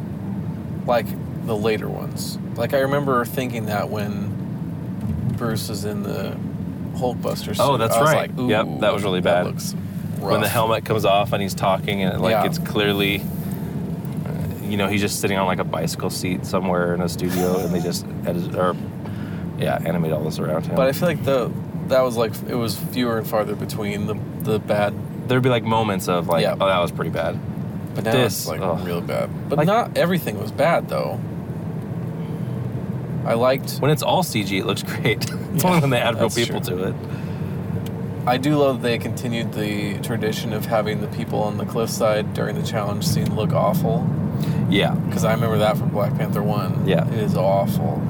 [SPEAKER 2] like the later ones. Like I remember thinking that when Bruce was in the Hulkbuster. Suit.
[SPEAKER 1] Oh, that's
[SPEAKER 2] I was
[SPEAKER 1] right.
[SPEAKER 2] Like,
[SPEAKER 1] Yep,
[SPEAKER 2] "Ooh,
[SPEAKER 1] that was really
[SPEAKER 2] that
[SPEAKER 1] bad."
[SPEAKER 2] looks
[SPEAKER 1] when the
[SPEAKER 2] rough."
[SPEAKER 1] helmet comes off and he's talking and it, like
[SPEAKER 2] Yeah.
[SPEAKER 1] it's clearly uh, you know he's just sitting on like a bicycle seat somewhere in a studio and they just edit or yeah animate all this around him
[SPEAKER 2] But I feel like the that was like it was fewer and farther between the the bad,
[SPEAKER 1] there'd be like moments of like
[SPEAKER 2] Yeah.
[SPEAKER 1] oh that was pretty bad
[SPEAKER 2] but now
[SPEAKER 1] This,
[SPEAKER 2] it's like
[SPEAKER 1] ugh.
[SPEAKER 2] real bad. But
[SPEAKER 1] Like-
[SPEAKER 2] not everything was bad though. I liked.
[SPEAKER 1] when it's all cg it looks great it's only when they add real
[SPEAKER 2] That's
[SPEAKER 1] people
[SPEAKER 2] true.
[SPEAKER 1] to it
[SPEAKER 2] I do love they continued the tradition of having the people on the cliffside during the challenge scene look awful
[SPEAKER 1] yeah
[SPEAKER 2] because I remember that from Black Panther One.
[SPEAKER 1] Yeah.
[SPEAKER 2] it is awful.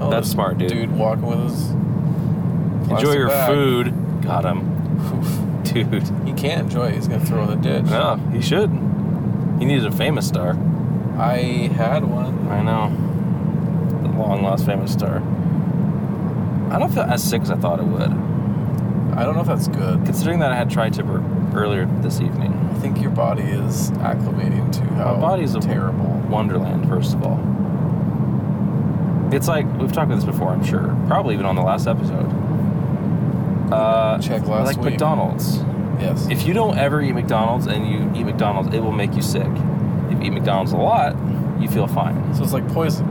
[SPEAKER 2] Oh,
[SPEAKER 1] That's
[SPEAKER 2] this
[SPEAKER 1] smart, dude.
[SPEAKER 2] Dude walking with us.
[SPEAKER 1] enjoy your food got him dude
[SPEAKER 2] He can't enjoy it. He's gonna throw in the ditch.
[SPEAKER 1] no he should he needed a famous star
[SPEAKER 2] I had one.
[SPEAKER 1] I know. The long lost famous star. I don't feel as sick as I thought it would.
[SPEAKER 2] I don't know if that's good.
[SPEAKER 1] Considering that I had tri tipper earlier this evening.
[SPEAKER 2] I think your body is acclimating to how
[SPEAKER 1] body's a-
[SPEAKER 2] terrible.
[SPEAKER 1] Wonderland, first of all. It's like, we've talked about this before, I'm sure. Probably even on the last episode. Uh,
[SPEAKER 2] Check last
[SPEAKER 1] like
[SPEAKER 2] week.
[SPEAKER 1] McDonald's.
[SPEAKER 2] Yes.
[SPEAKER 1] If you don't ever eat McDonald's and you eat McDonald's, it will make you sick. If you eat McDonald's a lot, you feel fine.
[SPEAKER 2] so it's like poison.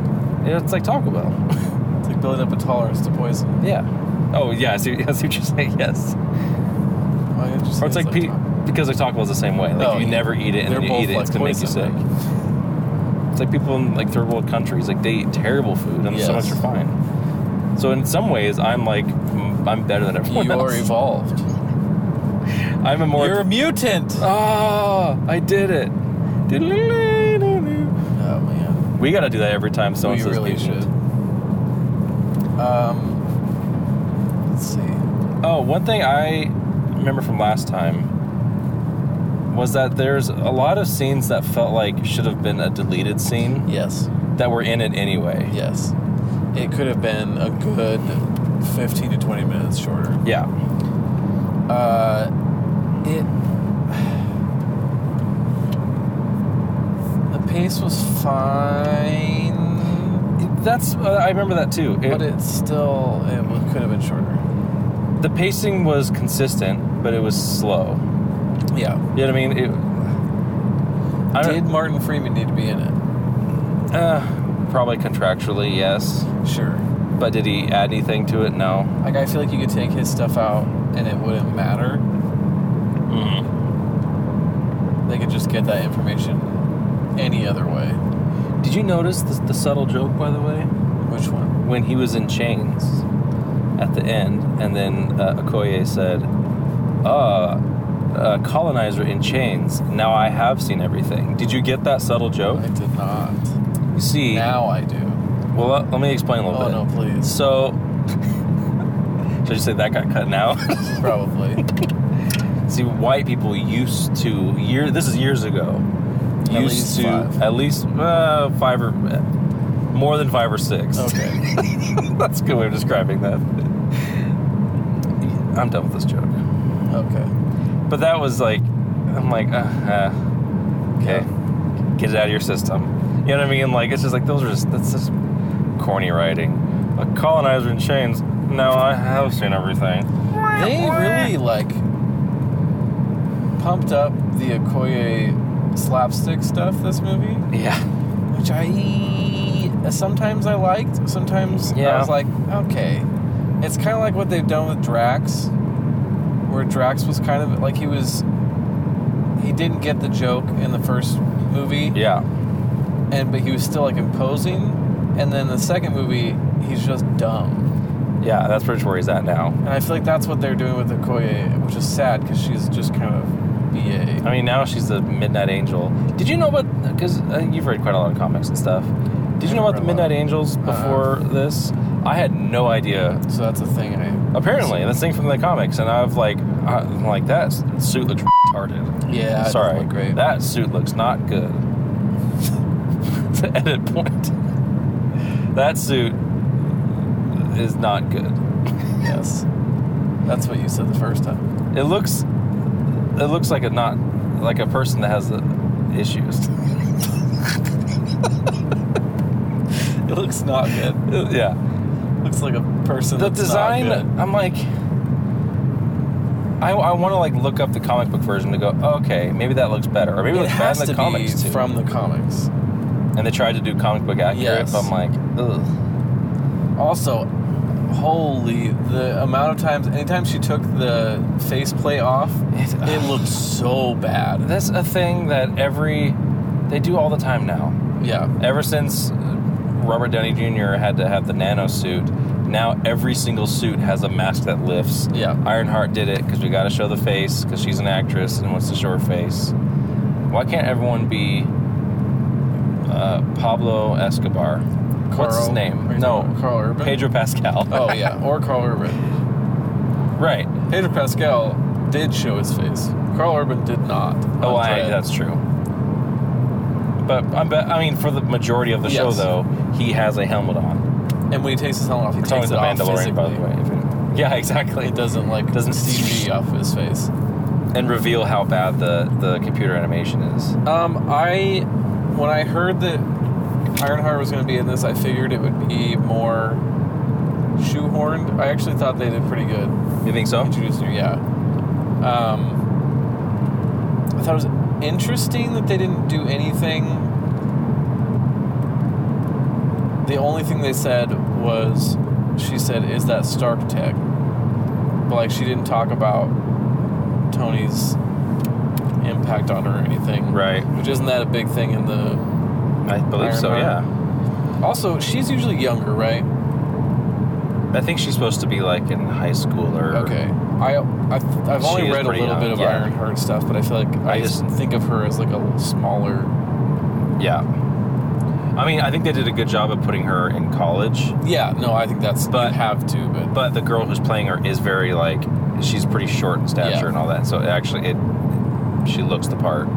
[SPEAKER 1] It's like Taco Bell.
[SPEAKER 2] It's like building up a tolerance to poison.
[SPEAKER 1] Yeah. Oh, yeah, I see, I see what you're saying, yes.
[SPEAKER 2] Why did you say
[SPEAKER 1] Or it's like, pe- because like Taco Bell's the same way. Like
[SPEAKER 2] No,
[SPEAKER 1] you
[SPEAKER 2] you-
[SPEAKER 1] never eat it and
[SPEAKER 2] Oh, they're
[SPEAKER 1] then you eat
[SPEAKER 2] both
[SPEAKER 1] it, it's
[SPEAKER 2] like
[SPEAKER 1] gonna make you sick.
[SPEAKER 2] poison,
[SPEAKER 1] It's like people in like third world countries, like they eat terrible food and so much
[SPEAKER 2] Yes.
[SPEAKER 1] are fine. So in some ways, I'm like, mm, I'm better than everyone
[SPEAKER 2] You are
[SPEAKER 1] else.
[SPEAKER 2] evolved.
[SPEAKER 1] I'm a more.
[SPEAKER 2] You're a mutant. Oh
[SPEAKER 1] oh, I did it. Diddle-ly-doo-doo.
[SPEAKER 2] man.
[SPEAKER 1] We gotta do that every time someone
[SPEAKER 2] we
[SPEAKER 1] says
[SPEAKER 2] really
[SPEAKER 1] mutant.
[SPEAKER 2] should. Um. Let's see.
[SPEAKER 1] Oh, one thing I remember from last time was that there's a lot of scenes that felt like should have been a deleted scene
[SPEAKER 2] Yes.
[SPEAKER 1] that were in it anyway.
[SPEAKER 2] Yes. It could have been a good fifteen to twenty minutes shorter.
[SPEAKER 1] Yeah.
[SPEAKER 2] Uh, it. The pace was fine,
[SPEAKER 1] That's uh, I remember that too. It-
[SPEAKER 2] but it's still it w- could have been shorter.
[SPEAKER 1] the pacing was consistent, but it was slow.
[SPEAKER 2] Yeah.
[SPEAKER 1] You know what I mean? It, I
[SPEAKER 2] Did
[SPEAKER 1] don't,
[SPEAKER 2] Martin Freeman need to be in it?
[SPEAKER 1] uh, probably contractually, yes.
[SPEAKER 2] Sure.
[SPEAKER 1] But did he add anything to it? No.
[SPEAKER 2] Like I feel like you could take his stuff out and it wouldn't matter. Mm-hmm.
[SPEAKER 1] Mm.
[SPEAKER 2] They could just get that information any other way.
[SPEAKER 1] Did you notice the, the subtle joke, by the way,
[SPEAKER 2] Which one?
[SPEAKER 1] when he was in chains at the end, and then uh, Okoye said, "Uh, a colonizer in chains. Now I have seen everything." Did you get that subtle joke?
[SPEAKER 2] I did not.
[SPEAKER 1] You see,
[SPEAKER 2] Now I do.
[SPEAKER 1] well, let, let me explain a little
[SPEAKER 2] Oh
[SPEAKER 1] bit.
[SPEAKER 2] no, please.
[SPEAKER 1] So, should I just say that got cut now?
[SPEAKER 2] Probably.
[SPEAKER 1] See, white people used to year. This is years ago.
[SPEAKER 2] At
[SPEAKER 1] used
[SPEAKER 2] least
[SPEAKER 1] to
[SPEAKER 2] five.
[SPEAKER 1] at least uh, five or uh, more than five or six.
[SPEAKER 2] Okay.
[SPEAKER 1] That's a good way of describing that. I'm done with this joke.
[SPEAKER 2] okay.
[SPEAKER 1] But that was like, I'm like, uh, uh, okay, get it out of your system. You know what I mean? Like, it's just like, those are just, that's just corny writing. A colonizer in chains. No, I have seen everything.
[SPEAKER 2] They really like pumped up the Okoye slapstick stuff this movie,
[SPEAKER 1] Yeah.
[SPEAKER 2] which I sometimes I liked, sometimes I
[SPEAKER 1] Yeah.
[SPEAKER 2] was like, okay. It's kind of like what they've done with Drax, where Drax was kind of like he was he didn't get the joke in the first movie,
[SPEAKER 1] Yeah.
[SPEAKER 2] and but he was still like imposing, and then the second movie he's just dumb.
[SPEAKER 1] Yeah, that's pretty much where he's at now.
[SPEAKER 2] And I feel like that's what they're doing with Okoye, which is sad because she's just kind of BA.
[SPEAKER 1] I mean, now she's the Midnight Angel. Did you know about, because uh, you've read quite a lot of comics and stuff. Did you know about
[SPEAKER 2] I've
[SPEAKER 1] the
[SPEAKER 2] read a lot.
[SPEAKER 1] Midnight Angels
[SPEAKER 2] Uh-huh.
[SPEAKER 1] before this? I had no idea
[SPEAKER 2] So that's a thing I.
[SPEAKER 1] Apparently, that's the thing from the comics, and I've like, I'm like that suit looks retarded.
[SPEAKER 2] Yeah, it doesn't
[SPEAKER 1] Sorry,
[SPEAKER 2] look great.
[SPEAKER 1] that suit looks not good. to edit point, that suit is not good.
[SPEAKER 2] Yes. That's what you said the first time.
[SPEAKER 1] It looks, it looks like a not, like a person that has uh, issues.
[SPEAKER 2] It looks not good.
[SPEAKER 1] yeah,
[SPEAKER 2] looks like a person.
[SPEAKER 1] the
[SPEAKER 2] that's
[SPEAKER 1] design.
[SPEAKER 2] Not good.
[SPEAKER 1] I'm like, I, I want to like look up the comic book version to go, okay, maybe that looks better, or maybe it,
[SPEAKER 2] It
[SPEAKER 1] looks bad
[SPEAKER 2] has
[SPEAKER 1] in the
[SPEAKER 2] to
[SPEAKER 1] comics
[SPEAKER 2] be
[SPEAKER 1] too.
[SPEAKER 2] from the comics.
[SPEAKER 1] and they tried to do comic book accurate,
[SPEAKER 2] Yes.
[SPEAKER 1] but I'm like, ugh.
[SPEAKER 2] Also, holy the amount of times, anytime she took the faceplate off,
[SPEAKER 1] It-
[SPEAKER 2] it looked so bad.
[SPEAKER 1] That's a thing that every they do all the time now.
[SPEAKER 2] Yeah.
[SPEAKER 1] Ever since uh, Robert Downey Jr. had to have the nano suit, now every single suit has a mask that lifts.
[SPEAKER 2] Yeah.
[SPEAKER 1] Ironheart did it because we got to show the face because she's an actress and wants to show her face. Why can't everyone be uh, Pablo Escobar? What's his
[SPEAKER 2] Carl- are
[SPEAKER 1] name?
[SPEAKER 2] you
[SPEAKER 1] No,
[SPEAKER 2] talking about Carl Urban.
[SPEAKER 1] Pedro Pascal.
[SPEAKER 2] Oh yeah, or Carl Urban.
[SPEAKER 1] right.
[SPEAKER 2] Pedro Pascal did show his face. Carl Urban did not.
[SPEAKER 1] Oh,
[SPEAKER 2] On
[SPEAKER 1] I,
[SPEAKER 2] Dread.
[SPEAKER 1] that's true. But I bet I mean for the majority of the show
[SPEAKER 2] Yes.
[SPEAKER 1] though, he has a helmet on.
[SPEAKER 2] And when he takes his helmet off, he
[SPEAKER 1] It's only
[SPEAKER 2] takes
[SPEAKER 1] the
[SPEAKER 2] it off physically.
[SPEAKER 1] Mandalorian, by the way. if you- yeah, exactly.
[SPEAKER 2] It doesn't like
[SPEAKER 1] Doesn't-
[SPEAKER 2] CG off his face.
[SPEAKER 1] And reveal how bad the the computer animation is.
[SPEAKER 2] Um, I when I heard that Ironheart was going to be in this, I figured it would be more shoehorned. I actually thought they did pretty good
[SPEAKER 1] You think so?
[SPEAKER 2] introducing her. Yeah. Um, I thought it was interesting that they didn't do anything. The only thing they said was, she said, "Is that Stark tech?" But like, she didn't talk about Tony's impact on her or anything.
[SPEAKER 1] Right.
[SPEAKER 2] Which isn't that a big thing in the
[SPEAKER 1] I believe so. Yeah.
[SPEAKER 2] also, she's usually younger, right?
[SPEAKER 1] I think she's supposed to be like in high school or
[SPEAKER 2] Okay. I I've, I've
[SPEAKER 1] She
[SPEAKER 2] only
[SPEAKER 1] is
[SPEAKER 2] read a
[SPEAKER 1] pretty
[SPEAKER 2] little
[SPEAKER 1] young,
[SPEAKER 2] bit of
[SPEAKER 1] yeah.
[SPEAKER 2] Ironheart stuff, but I feel like I,
[SPEAKER 1] I
[SPEAKER 2] just
[SPEAKER 1] just-
[SPEAKER 2] think of her as like a smaller.
[SPEAKER 1] Yeah. I mean, I think they did a good job of putting her in college,
[SPEAKER 2] Yeah, no, I think that's
[SPEAKER 1] But-
[SPEAKER 2] you have to, but
[SPEAKER 1] but the girl who's playing her is very like she's pretty short in stature
[SPEAKER 2] Yeah.
[SPEAKER 1] and all that. So it actually, it she looks the part.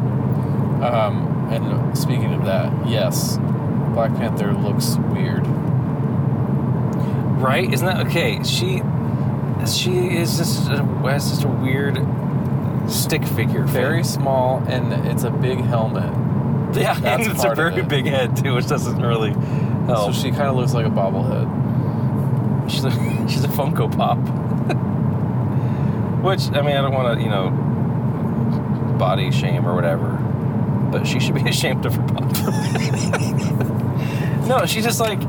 [SPEAKER 2] um, and speaking of that, yes, Black Panther looks weird.
[SPEAKER 1] Right? Isn't that okay? She she is just a, has just a weird stick figure.
[SPEAKER 2] Very small, and it's a big helmet,
[SPEAKER 1] yeah,
[SPEAKER 2] that's
[SPEAKER 1] and it's
[SPEAKER 2] part
[SPEAKER 1] a
[SPEAKER 2] of
[SPEAKER 1] very
[SPEAKER 2] it.
[SPEAKER 1] big head too, which doesn't really
[SPEAKER 2] so
[SPEAKER 1] help.
[SPEAKER 2] she kind of looks like a bobblehead.
[SPEAKER 1] she's a, she's a Funko Pop. which I mean, I don't want to you know body shame or whatever, but she should be ashamed of her body. no, she's just like.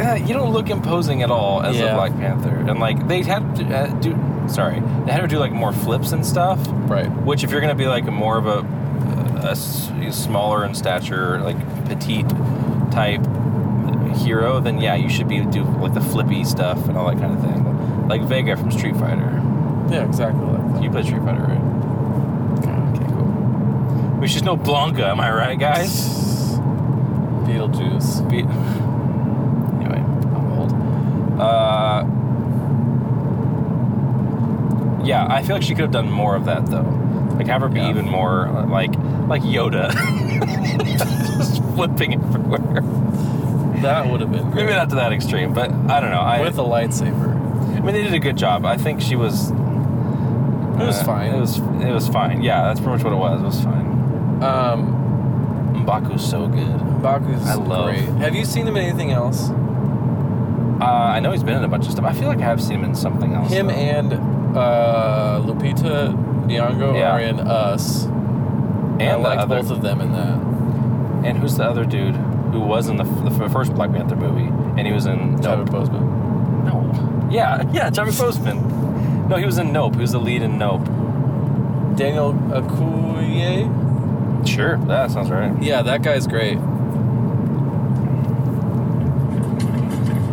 [SPEAKER 1] eh, you don't look imposing at all as
[SPEAKER 2] Yeah.
[SPEAKER 1] a Black Panther, and like they had to uh, do. Sorry, they had her do like more flips and stuff.
[SPEAKER 2] Right.
[SPEAKER 1] Which, if you're going to be like more of a, a s- smaller in stature, like petite type hero, then yeah, you should be do like the flippy stuff and all that kind of thing, like Vega from Street Fighter.
[SPEAKER 2] Yeah, exactly like that.
[SPEAKER 1] You play Street Fighter, right? Okay, cool. We should know Blanca, am I right, guys?
[SPEAKER 2] Beetlejuice.
[SPEAKER 1] Be- anyway, I'm old. Uh, yeah, I feel like she could have done more of that though. Like have her be
[SPEAKER 2] Yeah.
[SPEAKER 1] even more uh, like like Yoda, just flipping everywhere.
[SPEAKER 2] That would have been great.
[SPEAKER 1] Maybe not to that extreme, but I don't know. I,
[SPEAKER 2] with a lightsaber.
[SPEAKER 1] I mean, they did a good job. I think she was. It
[SPEAKER 2] It was fine.
[SPEAKER 1] It was it was fine. Yeah, that's pretty much what it was. It was fine.
[SPEAKER 2] Um,
[SPEAKER 1] Mbaku's so good.
[SPEAKER 2] Baku's
[SPEAKER 1] I love-
[SPEAKER 2] great. Have you seen him in anything else?
[SPEAKER 1] Uh, I know he's been in a bunch of stuff. I feel like I have seen him in something else.
[SPEAKER 2] Him
[SPEAKER 1] though.
[SPEAKER 2] and uh, Lupita Nyong'o
[SPEAKER 1] Yeah.
[SPEAKER 2] are in Us. I
[SPEAKER 1] and the
[SPEAKER 2] liked
[SPEAKER 1] other,
[SPEAKER 2] both of them in that.
[SPEAKER 1] and who's the other dude who was in the, f- the f- first Black Panther movie? And he was in
[SPEAKER 2] Chadwick
[SPEAKER 1] Nope.
[SPEAKER 2] Boseman.
[SPEAKER 1] No. Yeah, yeah, Chadwick Boseman. No, he was in Nope. He was the lead in Nope.
[SPEAKER 2] Daniel Akuye.
[SPEAKER 1] Sure, that sounds right.
[SPEAKER 2] Yeah, that guy's great.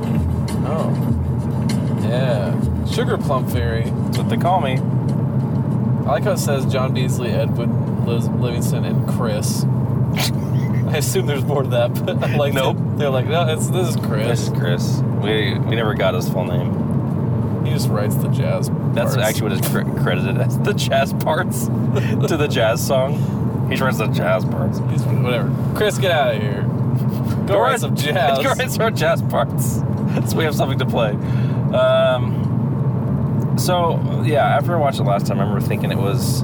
[SPEAKER 2] Oh, yeah. Sugar Plum Fairy.
[SPEAKER 1] That's what they call me.
[SPEAKER 2] I like how it says John Beasley, Edward Liz, Livingston, and Chris. I assume there's more to that, but I like
[SPEAKER 1] Nope.
[SPEAKER 2] They're like, no, it's, this is
[SPEAKER 1] This is
[SPEAKER 2] Chris.
[SPEAKER 1] Chris. We we never got his full name.
[SPEAKER 2] He just writes the jazz.
[SPEAKER 1] That's
[SPEAKER 2] parts.
[SPEAKER 1] actually what it's cre- credited as the jazz parts to the jazz song. He writes the jazz parts.
[SPEAKER 2] He's- whatever. Chris, get out of here. Go, write some jazz.
[SPEAKER 1] Go write some jazz parts. so we have something to play. Um, so yeah, after I watched it last time, I remember thinking it was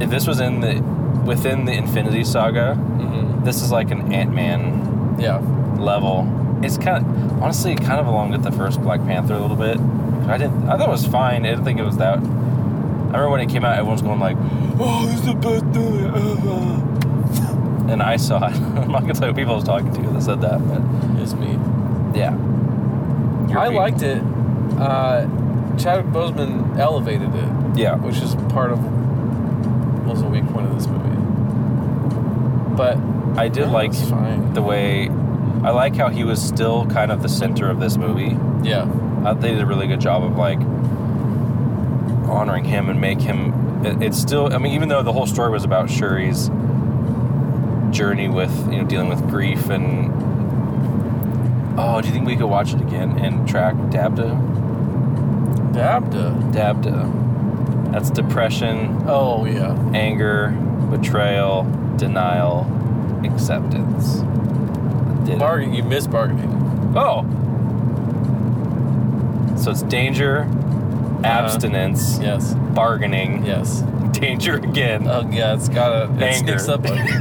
[SPEAKER 1] if this was in the within the Infinity Saga,
[SPEAKER 2] Mhm.
[SPEAKER 1] this is like an Ant Man
[SPEAKER 2] Yeah.
[SPEAKER 1] level. It's kind of honestly kind of along with the first Black Panther a little bit. I didn't. I thought it was fine. I didn't think it was that. I remember when it came out, everyone's going like,
[SPEAKER 2] Oh, this is the best day ever.
[SPEAKER 1] and I saw it. I'm not gonna tell you who people I was talking to that said that, but
[SPEAKER 2] It's me.
[SPEAKER 1] yeah.
[SPEAKER 2] I
[SPEAKER 1] European-
[SPEAKER 2] liked it. Uh, Chadwick Boseman elevated it,
[SPEAKER 1] Yeah.
[SPEAKER 2] which is part of was a weak point of this movie. But
[SPEAKER 1] I did
[SPEAKER 2] no,
[SPEAKER 1] like
[SPEAKER 2] it's fine.
[SPEAKER 1] the way I like how he was still kind of the center of this movie.
[SPEAKER 2] Yeah.
[SPEAKER 1] I think they did a really good job of like honoring him and make him. it- it's still. I mean, even though the whole story was about Shuri's journey with you know dealing with grief and oh, do you think we could watch it again and track Dabda?
[SPEAKER 2] Dabda.
[SPEAKER 1] Dabda. That's depression,
[SPEAKER 2] Oh yeah.
[SPEAKER 1] anger, betrayal, denial, acceptance. Did it.
[SPEAKER 2] Bargain. You missed bargaining.
[SPEAKER 1] Oh. So it's danger, abstinence,
[SPEAKER 2] Yes.
[SPEAKER 1] bargaining,
[SPEAKER 2] Yes.
[SPEAKER 1] danger again.
[SPEAKER 2] Oh yeah. It's gotta. It
[SPEAKER 1] Anger.
[SPEAKER 2] sneaks up. on you.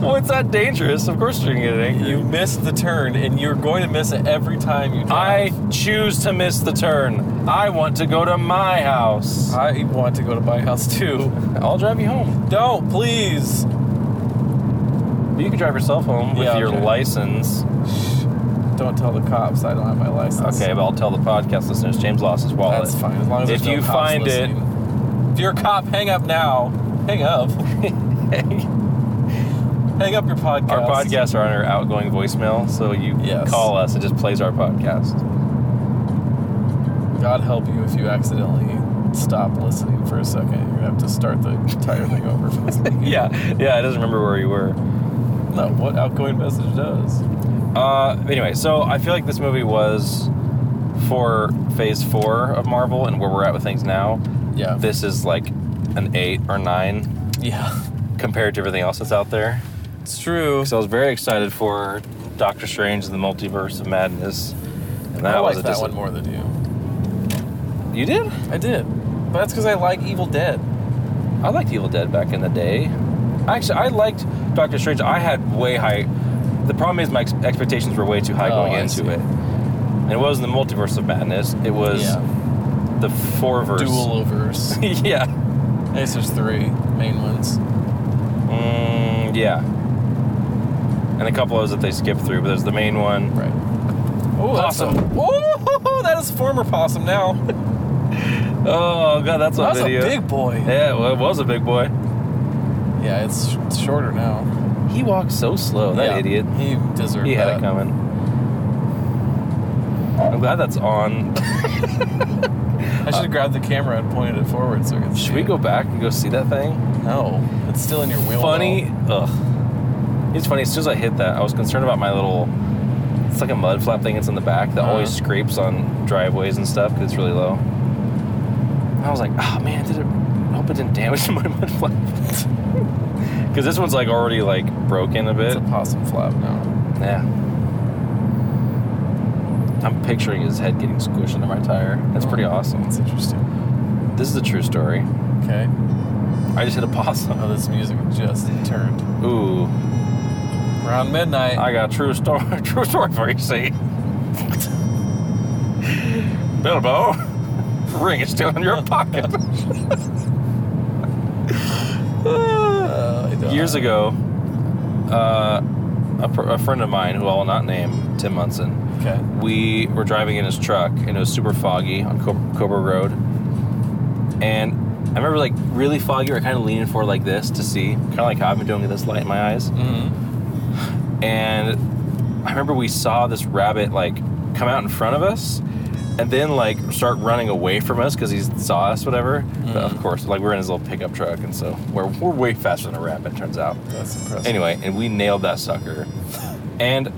[SPEAKER 1] well, it's not dangerous. Of course you're gonna get angry.
[SPEAKER 2] you missed the turn, and you're going to miss it every time you.
[SPEAKER 1] I
[SPEAKER 2] drive.
[SPEAKER 1] choose to miss the turn. I want to go to my house.
[SPEAKER 2] I want to go to my house too.
[SPEAKER 1] I'll drive you home.
[SPEAKER 2] Don't please.
[SPEAKER 1] You can drive yourself home with
[SPEAKER 2] Yeah,
[SPEAKER 1] your
[SPEAKER 2] okay.
[SPEAKER 1] license.
[SPEAKER 2] Don't tell the cops. I don't have my license.
[SPEAKER 1] Okay, but I'll tell the podcast listeners James lost his wallet.
[SPEAKER 2] That's fine. As long as
[SPEAKER 1] If
[SPEAKER 2] there's no
[SPEAKER 1] you
[SPEAKER 2] cops
[SPEAKER 1] find it-
[SPEAKER 2] listening. if you're a cop, hang up now. Hang up. hang up your podcast.
[SPEAKER 1] Our podcasts are on our outgoing voicemail, so you
[SPEAKER 2] Yes.
[SPEAKER 1] call us. It just plays our podcast.
[SPEAKER 2] God help you if you accidentally stop listening for a second. You're gonna have to start the entire thing over. For this thing.
[SPEAKER 1] Yeah, yeah. I doesn't remember where you were.
[SPEAKER 2] No, what outgoing message does?
[SPEAKER 1] Uh, anyway, so I feel like this movie was for Phase Four of Marvel and where we're at with things now.
[SPEAKER 2] Yeah.
[SPEAKER 1] This is like an eight or nine
[SPEAKER 2] Yeah.
[SPEAKER 1] compared to everything else that's out there.
[SPEAKER 2] It's true.
[SPEAKER 1] So I was very excited for Doctor Strange and the Multiverse of Madness. And that
[SPEAKER 2] I
[SPEAKER 1] was
[SPEAKER 2] like
[SPEAKER 1] a
[SPEAKER 2] that
[SPEAKER 1] dis-
[SPEAKER 2] one more than you.
[SPEAKER 1] You did?
[SPEAKER 2] I did. But that's because I like Evil Dead.
[SPEAKER 1] I liked Evil Dead back in the day. Actually, I liked Doctor Strange. I had way high. The problem is my ex- expectations were way too high
[SPEAKER 2] Oh,
[SPEAKER 1] going
[SPEAKER 2] I
[SPEAKER 1] into
[SPEAKER 2] see.
[SPEAKER 1] it. And it wasn't the multiverse of madness. It was
[SPEAKER 2] yeah.
[SPEAKER 1] the four verse.
[SPEAKER 2] Dual overs.
[SPEAKER 1] yeah.
[SPEAKER 2] I guess there's three main ones.
[SPEAKER 1] Mm, yeah. And a couple of those that they skip through, but there's the main one.
[SPEAKER 2] Right. Oh,
[SPEAKER 1] Possum.
[SPEAKER 2] Oh, that is former possum now.
[SPEAKER 1] Oh god, that's a
[SPEAKER 2] That's
[SPEAKER 1] video.
[SPEAKER 2] a big boy.
[SPEAKER 1] yeah, well, it was a big boy.
[SPEAKER 2] Yeah, it's, sh- it's shorter now.
[SPEAKER 1] He walked so slow. Oh, Uh, That
[SPEAKER 2] Yeah,
[SPEAKER 1] idiot.
[SPEAKER 2] He deserved
[SPEAKER 1] He had
[SPEAKER 2] that.
[SPEAKER 1] it coming. I'm glad that's on.
[SPEAKER 2] I should have grabbed the camera and pointed it forward so I could see.
[SPEAKER 1] Should we
[SPEAKER 2] it.
[SPEAKER 1] go back and go see that thing?
[SPEAKER 2] No, it's still in your wheel.
[SPEAKER 1] funny.
[SPEAKER 2] well.
[SPEAKER 1] Ugh. It's funny. As soon as I hit that, I was concerned about my little. It's like a mud flap thing. It's in the back that
[SPEAKER 2] Uh-huh.
[SPEAKER 1] always scrapes on driveways and stuff because it's really low. And I was like, oh man, did it? I hope it didn't damage my mud flap. Because this one's like already like broken a
[SPEAKER 2] It's
[SPEAKER 1] bit.
[SPEAKER 2] a possum flap now.
[SPEAKER 1] Yeah. I'm picturing his head getting squished under my tire. That's pretty
[SPEAKER 2] Oh.
[SPEAKER 1] awesome.
[SPEAKER 2] That's interesting.
[SPEAKER 1] This is a true story.
[SPEAKER 2] Okay.
[SPEAKER 1] I just hit a possum.
[SPEAKER 2] Oh, this music just turned.
[SPEAKER 1] Ooh,
[SPEAKER 2] Around midnight.
[SPEAKER 1] I got a true story. True story for you. See, Bilbo, ring is still in your pocket.
[SPEAKER 2] Uh, I don't-
[SPEAKER 1] Years ago, uh, a, pr- a friend of mine who I will not name, Tim Munson,
[SPEAKER 2] Okay.
[SPEAKER 1] we were driving in his truck and it was super foggy on Cob- Cobra Road. And I remember like really foggy, we are kind of leaning forward like this to see, kind of like how I've been doing with this light in my eyes.
[SPEAKER 2] Mm-hmm.
[SPEAKER 1] And I remember we saw this rabbit like come out in front of us and then like start running away from us because he saw us, whatever. But of
[SPEAKER 2] Mhm.
[SPEAKER 1] course, like we're in his little pickup truck and so we're, we're way faster than a rabbit, turns out.
[SPEAKER 2] That's impressive.
[SPEAKER 1] Anyway, and we nailed that sucker. And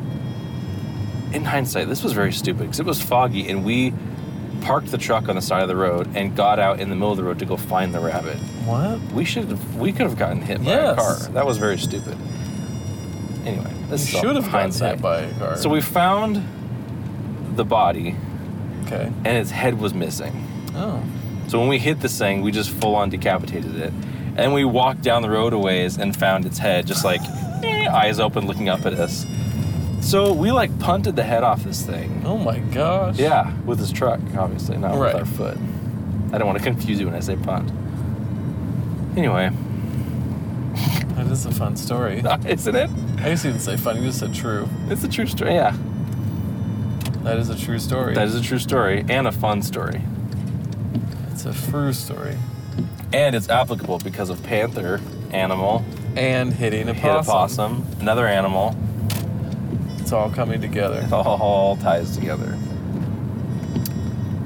[SPEAKER 1] in hindsight, this was very stupid because it was foggy, and we parked the truck on the side of the road and got out in the middle of the road to go find the rabbit.
[SPEAKER 2] What?
[SPEAKER 1] We should have, we could have gotten hit by a
[SPEAKER 2] Yes.
[SPEAKER 1] car. That was very stupid. Anyway, this
[SPEAKER 2] you
[SPEAKER 1] is all
[SPEAKER 2] should have gotten
[SPEAKER 1] hindsight.
[SPEAKER 2] hit by a car.
[SPEAKER 1] So we found the body,
[SPEAKER 2] Okay.
[SPEAKER 1] and its head was missing.
[SPEAKER 2] Oh.
[SPEAKER 1] So when we hit this thing, we just full on decapitated it. And we walked down the road a ways and found its head, just like eh, eyes open, looking up at us. So we like punted the head off this thing.
[SPEAKER 2] Oh my gosh.
[SPEAKER 1] Yeah, with his truck, obviously, not
[SPEAKER 2] Right.
[SPEAKER 1] with our foot. I don't want to confuse you when I say punt. Anyway,
[SPEAKER 2] That is a fun story.
[SPEAKER 1] isn't it?
[SPEAKER 2] I guess you didn't say fun. You just said true.
[SPEAKER 1] It's a true story. Yeah,
[SPEAKER 2] That is a true story.
[SPEAKER 1] that is a true story and a fun story.
[SPEAKER 2] It's a true story.
[SPEAKER 1] And it's applicable because of panther, animal,
[SPEAKER 2] And hitting a
[SPEAKER 1] hit a possum, another animal.
[SPEAKER 2] It's all coming together.
[SPEAKER 1] It all ties together.